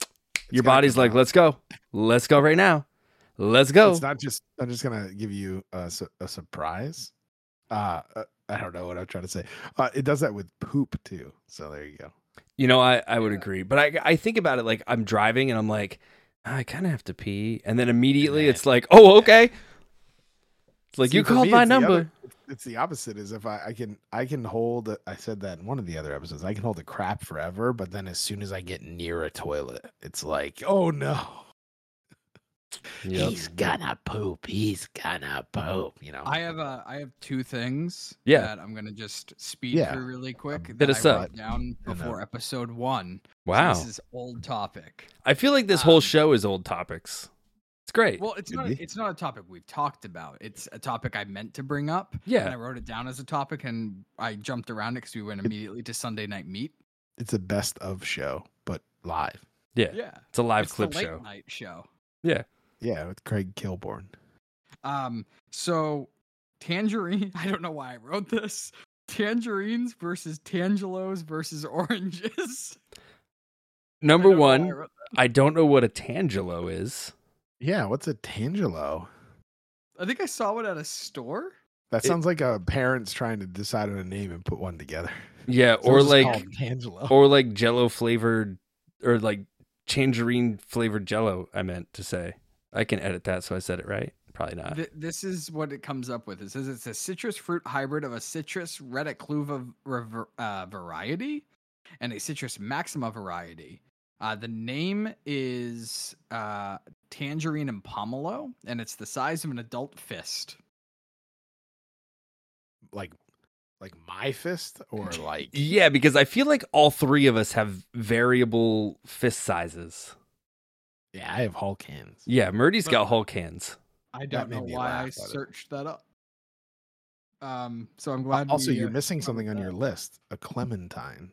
C: your
A: gotta
C: body's
A: come
C: like,
A: out.
C: "Let's go, let's go right now, let's go."
A: It's not just. I'm just gonna give you a, su- a surprise. Uh, uh, I don't know what I'm trying to say. Uh, it does that with poop too. So there you go.
C: You know, I, I would
B: Yeah.
C: agree, but I I think about it like I'm driving and I'm like, "Ah, I kind of have to pee, and then immediately
A: then-
C: it's like, oh okay, it's like
A: See,
C: you
A: for
C: called
A: me,
C: my
A: it's the other-
C: number.
A: it's the opposite. Is if I, I can I can hold. I said that in one of the other episodes. I can hold the crap forever, but then as soon as I get near a toilet, it's like, oh no.
C: Yep.
A: He's gonna poop. He's gonna poop. You know.
B: I have uh, I have two things
C: Yeah.
B: that I'm gonna just speed
A: Yeah.
B: through really quick
C: Hit
B: that
C: us
B: I
C: up.
B: wrote down
A: And, uh,
B: before episode one. So
C: Wow.
B: this is old topic.
C: I feel like this whole
B: um,
C: show is old topics. It's great.
B: Well, it's
A: Could
B: not
A: be.
B: it's not a topic we've talked about. It's a topic I meant to bring up. And I
C: yeah.
B: wrote it down as a topic and I jumped around it because we went immediately to Sunday night meet.
A: It's a best of show, but live.
C: Yeah. It's a live
B: It's
C: clip
B: the late
C: show.
B: night show.
A: Yeah, with Craig Kilborn.
B: Um, so tangerine. I don't know why I wrote this. Tangerines versus tangelos versus oranges. I
C: Number
B: don't know why I
C: one,
B: wrote
C: I don't know what a tangelo is.
A: Yeah, what's a tangelo?
B: that. I think I saw it at a store.
A: That
C: It-
A: sounds like a parent's trying to decide on a name and put one together.
C: Yeah,
A: So
C: or
A: just
C: like
A: call it Tangelo.
C: or like jello flavored or like tangerine flavored jello, I meant to say. I can edit that so I said it right. Probably not.
B: Th- this is what it comes up with. It says it's a citrus fruit hybrid of a citrus redicluva rever- uh, variety and a citrus maxima variety. Uh, the name is uh, tangerine and pomelo, and it's the size of an adult fist.
A: like like my fist or like
C: Yeah, because I feel like all three of us have variable fist sizes.
A: yeah, I have Hulk hands.
C: Yeah, Murdy's
B: Well-
C: got Hulk hands.
B: I
A: That
B: don't
A: made
B: know
A: me
B: why
A: laugh,
B: I
A: that is-
B: searched that up. Um, so I'm
A: Uh,
B: glad.
A: Also,
B: we,
A: you're
B: uh,
A: missing
B: covered
A: something on
B: that.
A: your list, a clementine.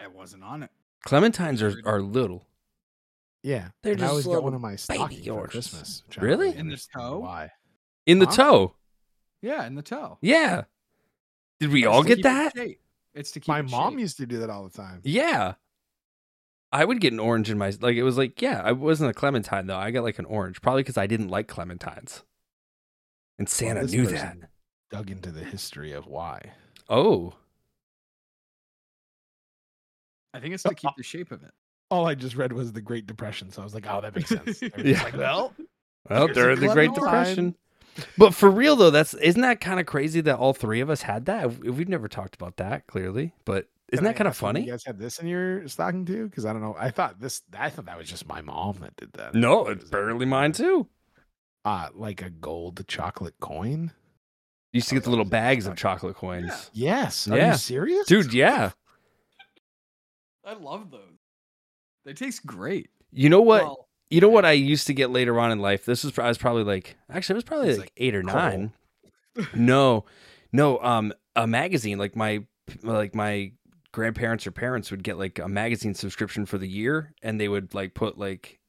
B: I wasn't on it.
C: Clementines are, are little.
A: Yeah.
C: They're
A: and I
C: just
A: always get
C: little
A: one in my stocking for
C: oranges.
A: Christmas. which I don't
C: Really?
B: In the
A: understand
B: toe?
A: Why?
C: In the
A: Huh?
C: toe.
B: Yeah, in the toe.
C: Yeah. Did we
B: It's
C: all
B: to
C: get
B: keep it
C: that?
B: shape. It's to keep
A: My
B: it
A: mom
B: shape.
A: used to do that all the time.
C: Yeah. I would get an orange in my like it was like yeah, I wasn't a clementine though. I got like an orange probably cuz I didn't like clementines. And Santa
A: this
C: knew that.
A: person Dug into the history of why.
C: Oh.
B: I think it's to keep the shape of it.
A: All I just read was the Great Depression, so I was like, "Oh, that makes sense." They were just
C: Yeah.
A: Like, well,
C: Well,
A: Here's
C: during
A: a
C: the Great
A: clementine.
C: Depression. But for real though, that's isn't that kind of crazy that all three of us had that? We've never talked about that clearly, but isn't
A: Can I
C: that kind of
A: ask if
C: funny?
A: You guys had this in your stocking too? Because I don't know. I thought this. I thought that was just my mom that did that.
C: No,
A: It
C: it's
A: was-
C: barely mine too.
A: Uh, like a gold chocolate coin.
C: You used to
A: Oh,
C: get the
A: yeah,
C: little
A: it's
C: bags of
A: not-
C: chocolate coins.
A: Yes. Are
C: Yeah.
A: you serious,
C: Dude, yeah.
B: I love those. They taste great.
C: You know what?
B: Well,
C: You know what I used to get later on in life? This was I was probably like actually it was probably
A: It's
C: like,
A: like
C: eight or nine. no, no, um, a magazine like my like my grandparents or parents would get like a magazine subscription for the year, and they would like put like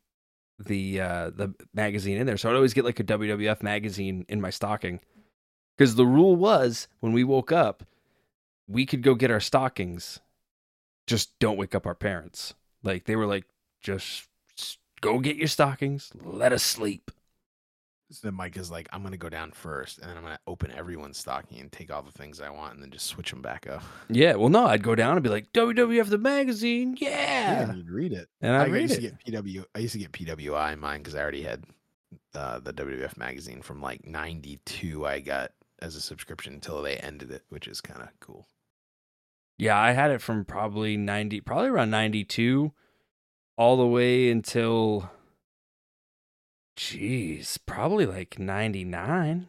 C: the uh the magazine in there. So I'd always get like a WWF magazine in my stocking because the rule was when we woke up, we could go get our stockings. Just don't wake up our parents. Like they were like, just s- go get your stockings. Let us sleep.
A: So then Mike is like, "I'm gonna go down first, and then I'm gonna open everyone's stocking and take all the things I want, and then just switch them back up."
C: Yeah. Well, no, I'd go down and be like, WWF the magazine. Yeah.
A: and you'd read it.
C: And
A: I,
C: I'd read
A: used
C: it.
A: to get PW. I used to get PWI in mine because I already had uh, the WWF magazine from like '92. I got as a subscription until they ended it, which is kind of cool.
C: yeah. I had it from probably 90, probably around 92 all the way until, jeez, probably like 99.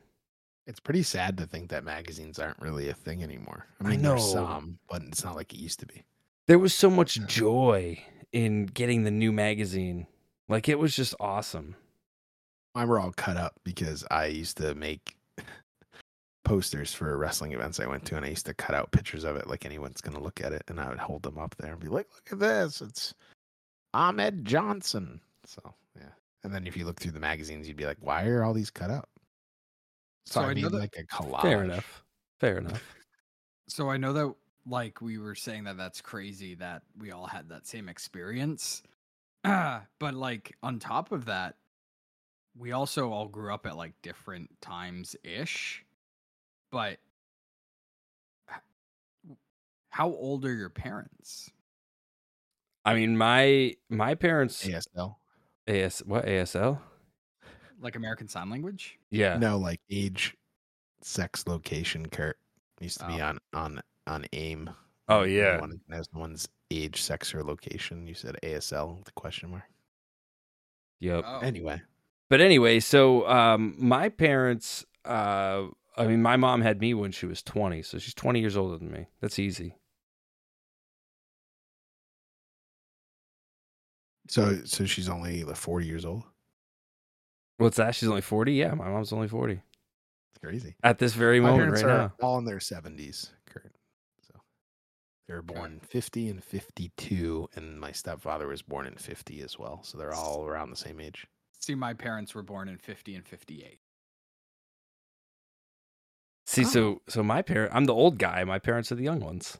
A: It's pretty sad to think that magazines aren't really a thing anymore. I
C: I
A: mean,
C: know.
A: there's some, but it's not like it used to be.
C: There was so much joy in getting the new magazine. Like it was just awesome.
A: Mine were all cut up because I used to make posters for wrestling events I went to, and I used to cut out pictures of it like anyone's going to look at it, and I would hold them up there and be like, "Look at this! It's Ahmed Johnson." So yeah, and then if you look through the magazines, you'd be like, "Why are all these cut out?" So,
B: So
A: I
B: I know
A: mean,
B: that-
A: like a collage.
C: Fair enough. Fair enough.
B: so I know that, like we were saying, that that's crazy that we all had that same experience. Ah, but like on top of that, we also all grew up at like different times ish. But h- how old are your parents?
C: I mean, my my parents
A: ASL.
C: AS what ASL?
B: Like American Sign Language?
C: Yeah.
A: No, like age, sex, location. Kurt used to be
B: Oh.
A: on on on AIM.
C: Oh
A: Like, when
C: yeah.
A: One has one's age, sex, or location. You said ASL with a question mark.
C: Yep.
B: Oh.
A: Anyway,
C: But anyway, so um, my parents, uh, I mean, my mom had me when she was 20, so she's 20 years older than me. That's easy.
A: So so she's only like forty years old.
C: What's that? She's only 40? Yeah, my mom's only 40
A: It's crazy.
C: at this very
A: My
C: moment
A: parents
C: right
A: are
C: now.
A: all in their seventies, Kurt. So they were born fifty and fifty-two, and my stepfather was born in fifty as well. So they're all around the same age.
B: See, my parents were born in 50 and 58.
C: See, so so my parent, I'm the old guy. My parents are the young ones.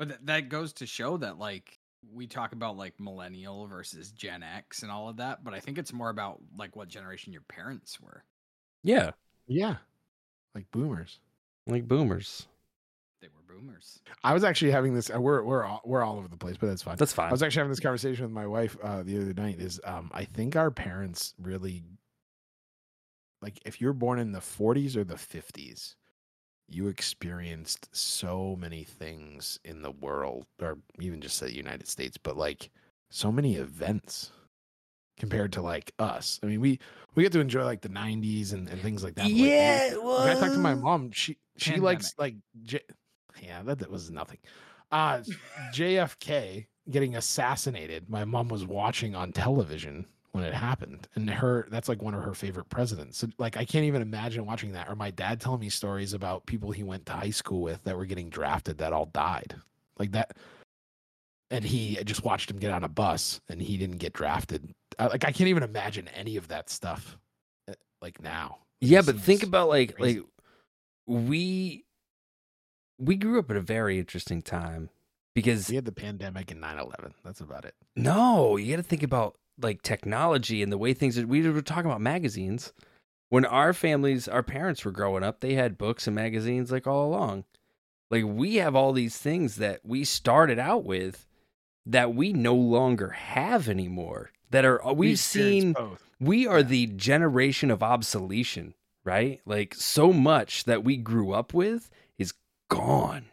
B: But th- that goes to show that, like, we talk about like millennial versus Gen X and all of that, but I think it's more about like what generation your parents were.
C: Yeah,
A: Yeah, like boomers.
C: like boomers.
B: They were boomers.
A: I was actually having this. uh, We're we're all, we're all over the place, but that's fine.
C: That's
A: I
C: fine.
A: was actually having this conversation with my wife uh, the other night. Is um, I think our parents really, like, if you're born in the 40s or the 50s, you experienced so many things in the world, or even just the United States, but like so many events compared to like us. I mean, we we get to enjoy like the 90s and, and things like that. but, like, we-
C: it
A: when I talked to my
C: was.
A: mom. She she likes like J- yeah, that, that was nothing. Uh JFK getting assassinated. My mom was watching on television when it happened, and her that's like one of her favorite presidents. So, like I can't even imagine watching that. Or my dad telling me stories about people he went to high school with that were getting drafted that all died, like that. And he I just watched him get on a bus, and he didn't get drafted. I, like I can't even imagine any of that stuff, uh, like now. It
C: Yeah,
A: just
C: but think
A: seems-
C: about like
A: crazy.
C: like we we grew up at a very interesting time because
A: We had the pandemic and 9 11. That's about it.
C: no, you got to think about like technology and the way things that we were talking about magazines. When our families, our parents were growing up, they had books and magazines like all along. Like we have all these things that we started out with that we no longer have anymore. That are uh,
A: We
C: we've
A: experienced
C: seen
A: both.
C: we are
A: Yeah.
C: the generation of obsolescence, right? Like so much that we grew up with is gone.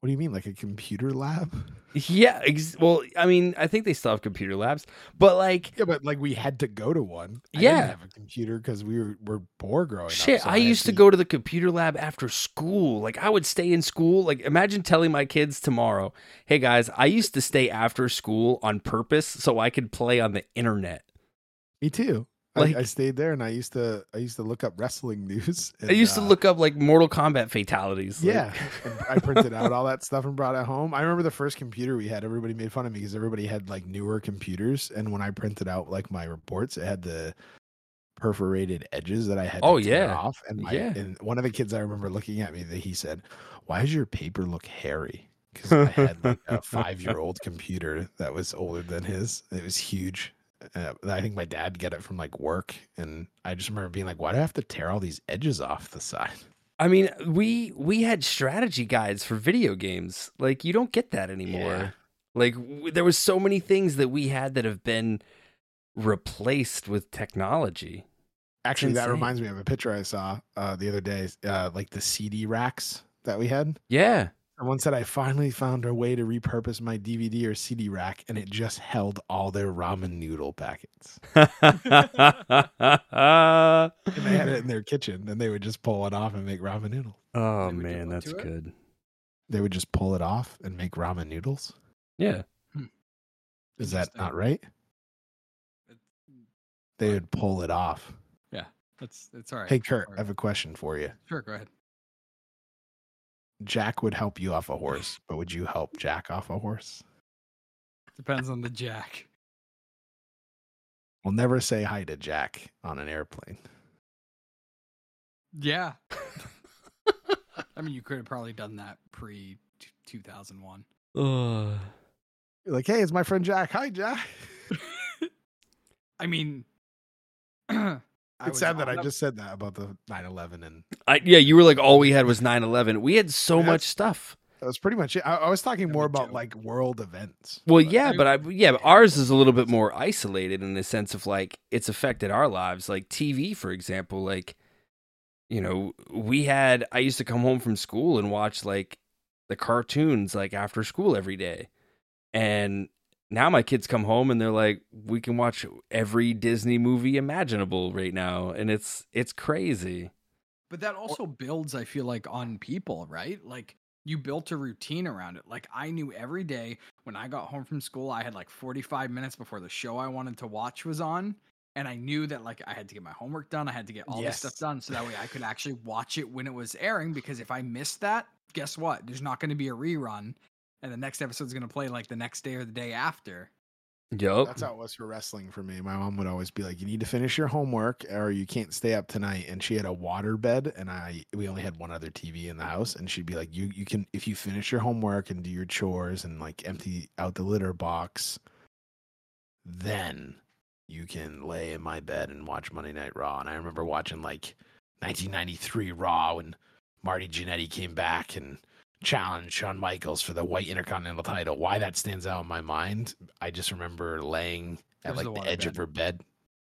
A: What do you mean, like a computer lab?
C: Yeah, ex- well, I mean, I think they still have computer labs, but like
A: Yeah, but like we had to go to one. I
C: Yeah.
A: didn't have a computer because we were, were poor growing up.
C: shit,
A: so
C: I
A: had
C: used to go to the computer lab after school. Like I would stay in school. Like imagine telling my kids tomorrow, "Hey guys, I used to stay after school on purpose so I could play on the internet."
A: Me too.
C: Like-
A: I, I stayed there and I used to I used to look up wrestling news. And,
C: I used to
A: uh,
C: look up like Mortal Kombat fatalities. like-
A: Yeah, and I printed out all that stuff and brought it home. I remember the first computer we had. Everybody made fun of me because everybody had like newer computers, and when I printed out like my reports, it had the perforated edges that I had.
C: Oh,
A: to tear
C: yeah.
A: off. And my,
C: Yeah.
A: and one of the kids I remember looking at me that he said, "Why does your paper look hairy?" Because I had like a five-year-old computer that was older than his. It was huge. Uh, I think my dad got it from like work, and I just remember being like, "Why do I have to tear all these edges off the side?"
C: I mean, we we had strategy guides for video games. Like you don't get that anymore.
A: Yeah.
C: Like w- there was so many things that we had that have been replaced with technology.
A: Actually, that
C: insane.
A: reminds me of a picture I saw uh, the other day, uh, like the CD racks that we had.
C: Yeah.
A: Someone said, I finally found a way to repurpose my DVD or CD rack, and it just held all their ramen noodle packets.
C: oh
A: And they had it in their kitchen, and they would just pull it off and make ramen noodle.
B: do
C: Oh, man,
B: what
C: that's
B: to it?
C: good.
A: They would just pull it off and make ramen noodles.
C: Yeah.
A: Is that
B: Hmm. Interesting.
A: not right? They would pull it off.
B: That's that's all right.
A: Hey, Kurt, I
B: Sorry.
A: have a question for you.
B: Sure, go ahead.
A: Jack would help you off a horse, but would you help Jack off a horse?
B: Depends on the jack.
A: We'll never say hi to Jack on an airplane.
B: Yeah. I mean, you could have probably done that pre 2001.
C: Ugh.
A: You're like, hey, it's my friend Jack. Hi, Jack.
B: I mean, I
A: It's
B: was
A: sad that
B: on
A: I
B: a-
A: just said that about the 9 11. And
C: I, yeah, you were like all we had was 9/11. We had so
A: Yeah.
C: much stuff.
A: that was pretty much it. I, I was talking
B: That
A: more
B: we
A: about
B: joke.
A: like world events.
C: Well,
A: but-
C: yeah,
B: I-
C: but I yeah, but ours is a little bit more isolated in the sense of like it's affected our lives. Like TV, for example, like you know, we had I used to come home from school and watch like the cartoons like after school every day. And now my kids come home and they're like, we can watch every Disney movie imaginable right now, and it's it's crazy.
B: But that also builds, I feel like, on people, right? Like you built a routine around it. Like I knew every day when I got home from school, I had like 45 minutes before the show I wanted to watch was on. And I knew that like I had to get my homework done. I had to get all this
A: Yes.
B: stuff done. So that way I could actually watch it when it was airing. Because if I missed that, guess what? There's not going to be a rerun. And the next episode's going to play like the next day or the day after.
C: Yup.
A: That's how it was for wrestling for me. My mom would always be like, "You need to finish your homework, or you can't stay up tonight." And she had a water bed, and I we only had one other TV in the house, and she'd be like, "You you can if you finish your homework and do your chores and like empty out the litter box, then you can lay in my bed and watch Monday Night Raw." And I remember watching like 1993 Raw when Marty Jannetty came back and challenged Shawn Michaels for the white Intercontinental title. Why that stands out in my mind, I just remember laying at like
B: There's the
A: the,
B: water
A: edge of
B: bed.
A: her bed.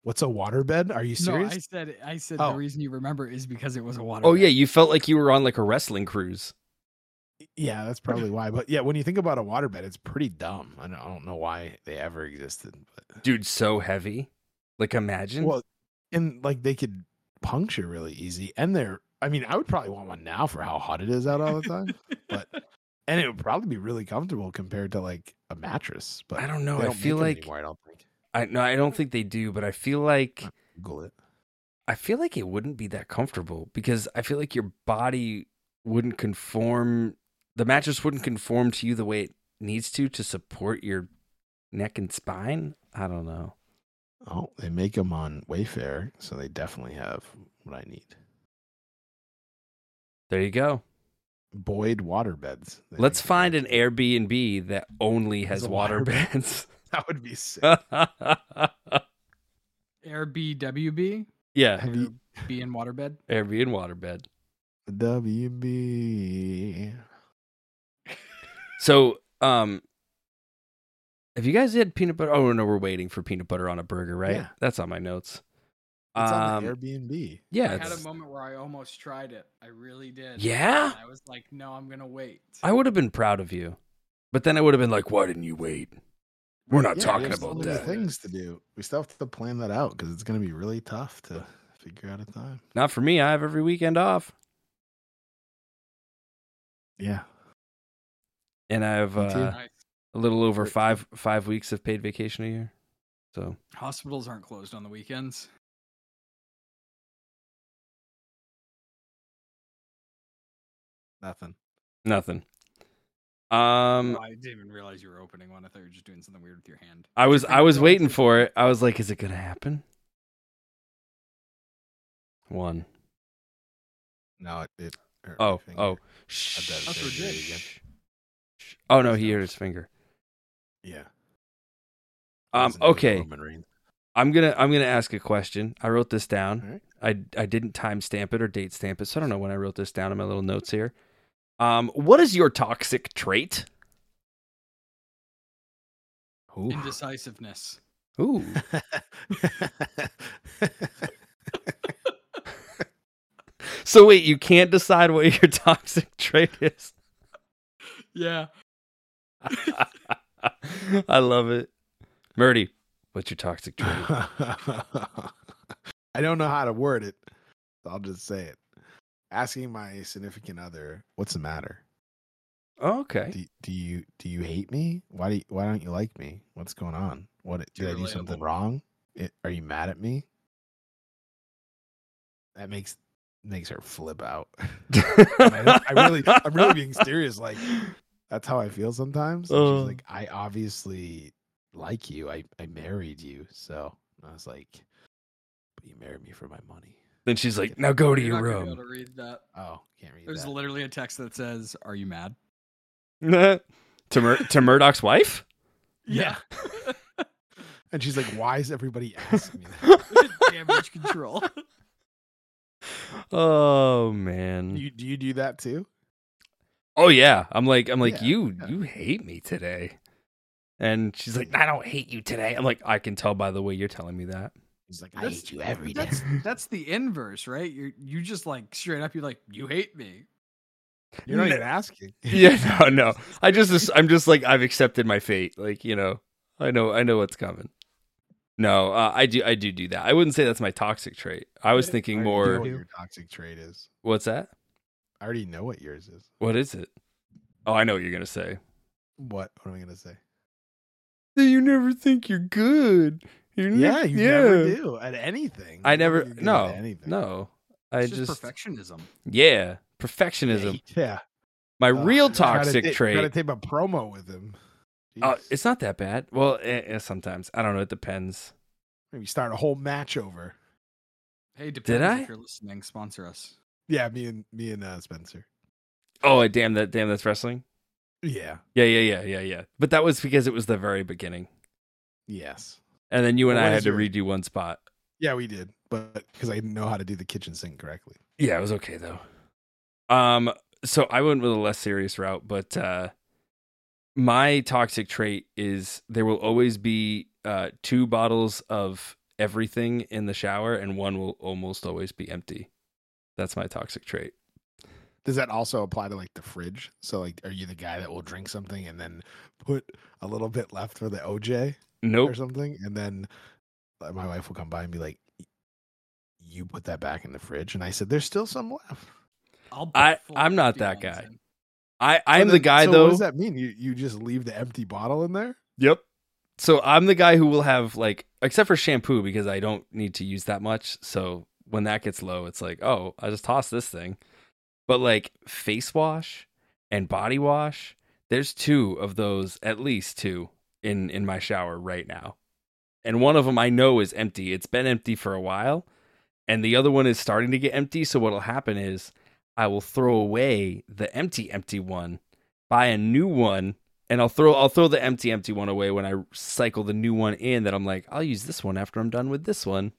A: What's a water bed? Are you serious?
B: No, I said, I said
A: Oh.
B: the reason you remember is because it was a water.
C: Oh
B: bed.
C: yeah, you felt like you were on like a wrestling cruise.
A: Yeah, that's probably why. But yeah, when you think about a water bed, it's pretty dumb. I don't, I don't know why they ever existed. But,
C: Dude, so heavy. Like imagine.
A: well, and like they could puncture really easy, and they're. I mean, I would probably want one now for how hot it is out all the time, but and it would probably be really comfortable compared to like a mattress. But
C: I don't know.
A: they
C: I
A: don't
C: feel
A: make 'em anymore,
C: like
A: I don't think.
C: I no, I don't think they do, but I feel like
A: Google it.
C: I feel like it wouldn't be that comfortable because I feel like your body wouldn't conform the mattress wouldn't conform to you the way it needs to to support your neck and spine. I don't know.
A: Oh, they make them on Wayfair, so they definitely have what I need.
C: There you go.
A: Boyd waterbeds. They
C: Let's
A: make 'em
C: find
A: like-
C: an Airbnb that only has
A: a
C: water
A: water bed.
C: beds.
A: That would be sick.
B: Airbnb,
C: yeah,
A: Have you-
B: be in waterbed.
C: Airbnb and water bed.
A: WB.
C: So, um, have you guys had peanut butter? Oh no, we're waiting for peanut butter on a burger, right?
A: Yeah.
C: That's on my notes.
A: It's on
C: Um,
A: the Airbnb.
C: yeah,
B: I had a
C: it's-
B: moment where I almost tried it. I really did.
C: yeah.
B: And I was like, no, I'm gonna wait.
C: I would have been proud of you, but then I would have been like, "Why didn't you wait? We're not
A: Yeah, we
C: talking
A: have so
C: about
A: many
C: that."
A: Things to do. We still have to plan that out because it's going to be really tough to figure out a time.
C: Not for me. I have every weekend off,
A: Yeah.
C: and I have
A: Me too.
C: uh,
B: Nice.
C: a little over
A: Great.
C: five five weeks of paid vacation a year. So
B: Hospitals aren't closed on the weekends.
A: Nothing.
C: nothing. Um,
B: Oh, I didn't even realize you were opening one. I thought you were just doing something weird with your hand.
C: I was
B: think
C: I was
B: going
C: waiting
B: to-
C: for it. I was like, is it gonna happen? One.
A: No, it. it hurt my
C: Oh,
A: finger.
C: oh.
A: bet
C: Shh.
A: it's
B: gonna do it
A: again.
C: Shh. Oh no, he
A: No.
C: hurt his finger.
A: Yeah.
C: Um,
A: Wasn't doing
C: okay.
A: Roman Reigns.
C: I'm gonna I'm gonna ask a question. I wrote this
A: All
C: down.
A: right.
C: I I didn't time stamp it or date stamp it, so I don't know when I wrote this down in my little notes here. Um, what is your toxic trait?
A: Ooh.
B: Indecisiveness.
C: Ooh. so wait, you can't decide what your toxic trait is.
B: Yeah.
C: I love it. Murdy, what's your toxic trait?
A: I don't know how to word it. So I'll just say it. Asking my significant other, "What's the matter?
C: Okay.
A: Do, do you do you hate me? Why do you, why don't you like me? What's going on? What did
B: Too
A: I do something
B: relatable.
A: wrong? It, are you mad at me?" That makes makes her flip out. I, I really, I'm really being serious. Like that's how I feel sometimes. And
C: Oh.
A: she's like, I obviously like you. I, I married you. So and I was like, but you married me for my money.
C: Then she's like, now go to
B: You're
C: your
B: not gonna be able
C: room.
B: to read that.
A: Oh, can't read
B: There's
A: that.
B: literally a text that says, "Are you mad?"
C: to, Mur- to Murdoch's wife?
A: Yeah. and she's like, why is everybody asking me that?
B: Damage control.
C: oh man.
A: Do you, do you do that too?
C: oh yeah. I'm like, I'm like,
A: Yeah,
C: you
A: yeah.
C: you hate me today. And she's like, I don't hate you today. I'm like, I can tell by the way you're telling me that.
A: She's like, I
B: That's-
A: hate you every day.
B: That's that's the inverse, right? You you just like straight up. You're like, you hate me.
A: You're not
C: No.
A: even asking.
C: Yeah, no, no. I just I'm just like, I've accepted my fate. Like, you know, I know. I know what's coming. No, uh, I do. I do do that. I wouldn't say that's my toxic trait. I was thinking
A: I already know
C: more.
A: what your toxic trait is.
C: What's that?
A: I already know what yours is.
C: What is it? Oh, I know what you're gonna say.
A: What? What am I gonna say?
C: You never think you're good. You're
A: Yeah, you never do at anything.
C: I
A: You
C: never.
A: do good at
C: No.
A: anything.
C: No. I
B: It's
C: just.
B: perfectionism.
A: Yeah,
C: yeah. Perfectionism.
A: he- yeah.
C: my
A: Uh,
C: real
A: you gotta
C: toxic
A: ta- you
C: trait.
A: Gotta tape a promo with him.
C: Uh,
A: Jeez.
C: it's not that bad. Well, eh, eh, sometimes I don't know. It depends.
A: Maybe start a whole match over.
B: Hey, depends
C: I?
B: if you're listening, sponsor us.
A: Yeah, me and me and uh, Spencer.
C: Oh, eh, damn that! Damn that's wrestling.
A: Yeah.
C: Yeah, yeah, yeah, yeah, yeah. But that was because it was the very beginning,
A: Yes.
C: and then you and
A: Well,
C: I
A: what
C: had
A: is
C: to
A: your-
C: redo one spot.
A: Yeah, we did, but because I didn't know how to do the kitchen sink correctly.
C: Yeah, it was okay though. Um, so I went with a less serious route, but uh, my toxic trait is there will always be uh, two bottles of everything in the shower, and one will almost always be empty. That's my toxic trait.
A: Does that also apply to like the fridge? So like, are you the guy that will drink something and then put a little bit left for the OJ
C: Nope.
A: or something, and then like, my wife will come by and be like, "Y- "You put that back in the fridge," and I said, "There's still some left."
B: I'll put
C: I-
B: full
C: I'm
B: empty
C: not
B: ones
C: that guy.
B: in.
C: I
A: So
C: I'm the
A: then-
C: guy
A: so
C: though.
A: What does that mean? You you just leave the empty bottle in there?
C: Yep. So I'm the guy who will have like, except for shampoo because I don't need to use that much. So when that gets low, it's like, oh, I just toss this thing. But like face wash and body wash, there's two of those, at least two, in in my shower right now. And one of them I know is empty. It's been empty for a while, and the other one is starting to get empty. So what'll happen is I will throw away the empty empty one, buy a new one and I'll throw I'll throw the empty empty one away when I cycle the new one in that I'm like I'll use this one after I'm done with this one.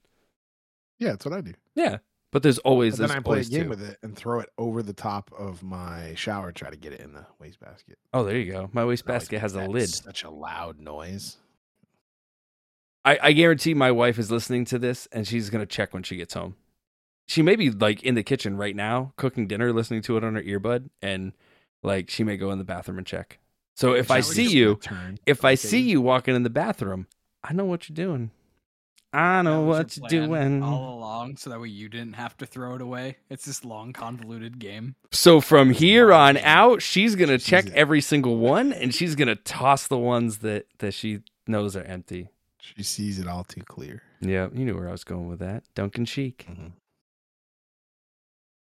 A: Yeah, that's what I do.
C: Yeah, but there's always
A: And then
C: there's
A: I play a
C: always
A: game
C: two.
A: with it and throw it over the top of my shower, try to get it in the wastebasket.
C: Oh, there you go.
A: And
C: My
A: I like
C: wastebasket has a
A: that
C: lid.
A: Such a loud noise.
C: I, I guarantee my wife is listening to this and she's gonna check when she gets home. She may be like in the kitchen right now cooking dinner, listening to it on her earbud, and like she may go in the bathroom and check. So if I
A: Shower
C: see
A: just
C: you,
A: return.
C: if I
A: Okay,
C: see you walking in the bathroom, I know what you're doing. I
B: That
C: know
B: was your
C: what you're
B: plan
C: doing.
B: all along, so that way you didn't have to throw it away. It's this long, convoluted game.
C: So from here on
A: Wow.
C: out, she's gonna
A: She's
C: check
A: a-
C: every single one, and she's gonna toss the ones that that she knows are empty.
A: She sees it all too clear. Mm-hmm.
C: Yeah, you knew where I was going with that, Duncan Sheik.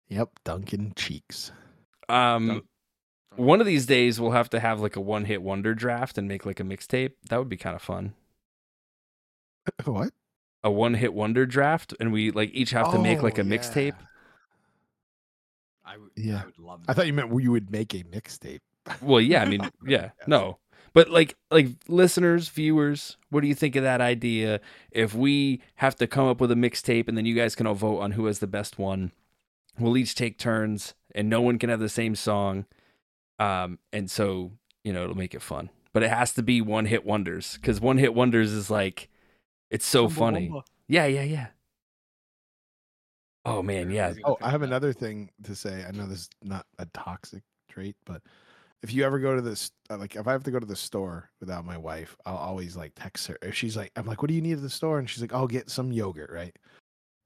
A: Yep, Duncan Cheeks.
C: Um,
B: Dunk-
C: one of these days we'll have to have like a one hit wonder draft and make like a mixtape. That would be kind of fun.
A: What?
C: A one hit wonder draft, and we like each have to make
A: Oh,
C: like a
A: yeah.
C: mixtape.
B: I would,
A: Yeah.
B: I would love.
A: I
B: That.
A: thought you meant you would make a mixtape.
C: Well, yeah, I mean, yeah, no. But like like listeners, viewers, what do you think of that idea if we have to come up with a mixtape and then you guys can all vote on who has the best one. We'll each take turns and no one can have the same song. Um and so, you know, it'll make it fun. But it has to be one hit wonders cuz one hit wonders is like it's so
B: Wumba
C: funny.
B: wumba.
C: Yeah, yeah, yeah. Oh man, yeah.
A: Oh, I have another thing to say. I know this is not a toxic trait, but if you ever go to this, uh, like if I have to go to the store without my wife, I'll always like text her. If she's like, I'm like, what do you need at the store? And she's like, I'll get some yogurt, right?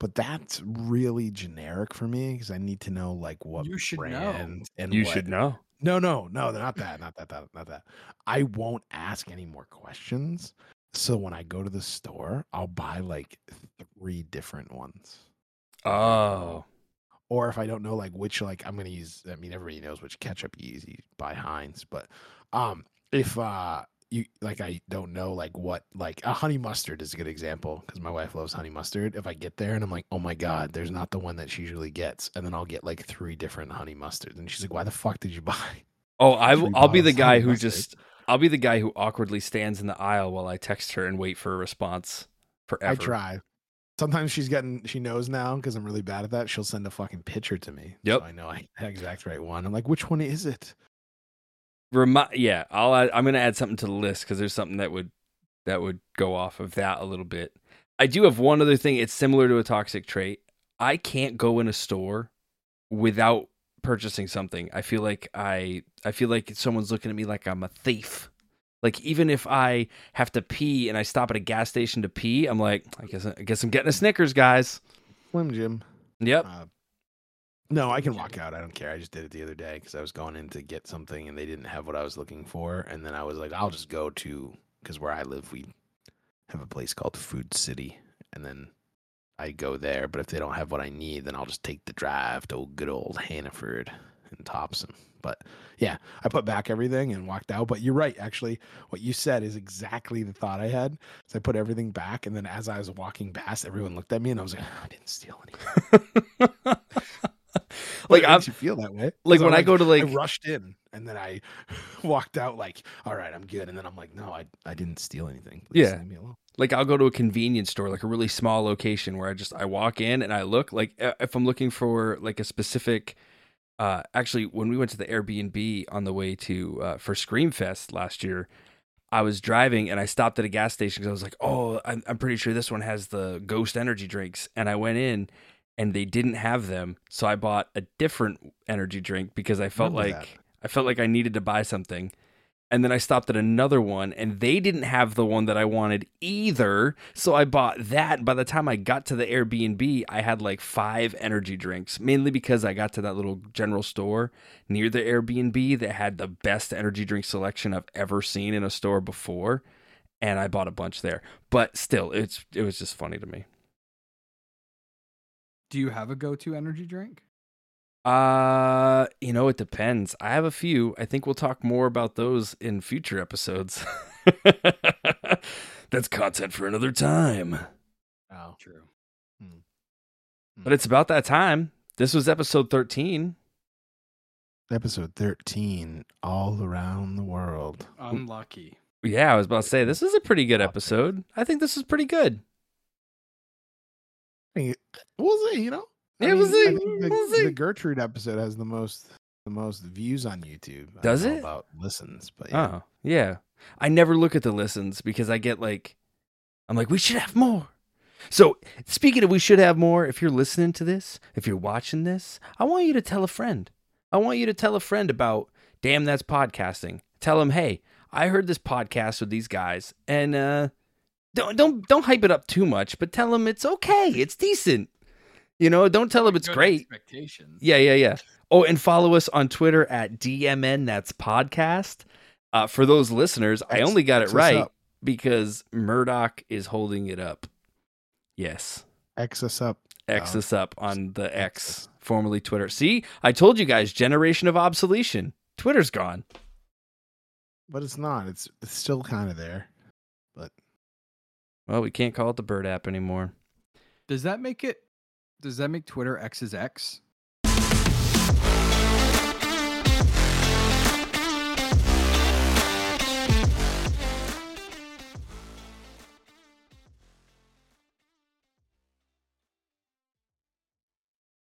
A: But that's really generic for me because I need to know like what
B: You should know.
A: brand and
C: You
A: what-
C: should know.
A: No, no, no, not that, not that, that, not that. I won't ask any more questions. So when I go to the store, I'll buy like three different ones.
C: Oh.
A: Or if I don't know like which like I'm gonna use, I mean everybody knows which ketchup you use. You buy Heinz, but um, if uh you like I don't know like what like a honey mustard is a good example because my wife loves honey mustard. If I get there and I'm like, oh my god, there's not the one that she usually gets, and then I'll get like three different honey mustards, and she's like, why the fuck did you buy?
C: Oh, I
A: Three
C: will, I'll be the
A: bottles.
C: guy who
A: That's it.
C: just I'll be the guy who awkwardly stands in the aisle while I text her and wait for a response forever.
A: I try. Sometimes she's gotten she knows now because I'm really bad at that. She'll send a fucking picture to me.
C: Yep.
A: So I know I had exact right one. I'm like, which one is it?
C: Remi- yeah, I'll add, I'm going to add something to the list because there's something that would that would go off of that a little bit. I do have one other thing. It's similar to a toxic trait. I can't go in a store without purchasing something. I feel like I I feel like someone's looking at me like I'm a thief. Like even if I have to pee and I stop at a gas station to pee, I'm like, I guess I guess I'm getting a Snickers, guys.
A: Slim Jim.
C: Yep.
A: Uh, no, I can walk out. I don't care. I just did it the other day because I was going in to get something and they didn't have what I was looking for. And then I was like, I'll just go to because where I live, we have a place called Food City, and then I go there. But if they don't have what I need, then I'll just take the drive to good old Hannaford and Thompson. But yeah, I put back everything and walked out. But you're right, actually, what you said is exactly the thought I had. So I put everything back, and then as I was walking past, everyone looked at me, and I was like, "Oh, I didn't steal anything. But
C: like
A: it
C: I'm
A: makes you feel that way.
C: like
A: So,
C: when I go to like
A: I rushed in and then I walked out like, all right, I'm good. And then I'm like, no, I I didn't steal anything. Please
C: Yeah.
A: leave me alone.
C: like I'll go to a convenience store, like a really small location where I just I walk in and I look like uh, if I'm looking for like a specific. Uh, actually, when we went to the Airbnb on the way to uh, for Screamfest last year, I was driving and I stopped at a gas station because I was like, "Oh, I'm, I'm pretty sure this one has the Ghost energy drinks." And I went in, and they didn't have them, so I bought a different energy drink because I felt
A: Remember
C: like
A: that.
C: I felt like I needed to buy something. And then I stopped at another one, and they didn't have the one that I wanted either, so I bought that. By the time I got to the Airbnb, I had like five energy drinks, mainly because I got to that little general store near the Airbnb that had the best energy drink selection I've ever seen in a store before, and I bought a bunch there. But still, it's it was just funny to me.
B: Do you have a go-to energy drink?
C: Uh, you know, it depends. I have a few. I think we'll talk more about those in future episodes. That's content for another time.
A: Oh.
B: True.
C: But it's about that time. This was episode 13.
A: Episode 13, All Around the World.
B: Unlucky.
C: Yeah, I was about to say this is a pretty good episode. I think this is pretty good.
A: I mean, We'll see, you know?
C: Yeah, we'll see.
A: think the,
C: We'll see.
A: the Gertrude episode has the most the most views on YouTube. I don't
C: Does
A: know
C: it?
A: About listens, but yeah.
C: Oh, yeah. I never look at the listens because I get like, I'm like, we should have more. So, speaking of we should have more, if you're listening to this, if you're watching this, I want you to tell a friend. I want you to tell a friend about Damn That's Podcasting. Tell them, hey, I heard this podcast with these guys, and uh, don't don't don't hype it up too much, but tell them it's okay, it's decent. You know, don't tell them it's
B: Good
C: great.
B: Expectations.
C: Yeah, yeah, yeah. Oh, and follow us on Twitter at DMN. That's podcast. Uh, for those listeners, I
A: X-
C: only got it
A: X us
C: right
A: up.
C: because Murdoch is holding it up. Yes,
A: X us up.
C: X
A: Oh.
C: us up on the
A: X
C: X, formerly Twitter. See, I told you guys, generation of obsolescence. Twitter's gone.
A: But it's not. It's it's still kind of there. But
C: Well, we can't call it the Bird app anymore.
B: Does that make it? Does that make Twitter X's X?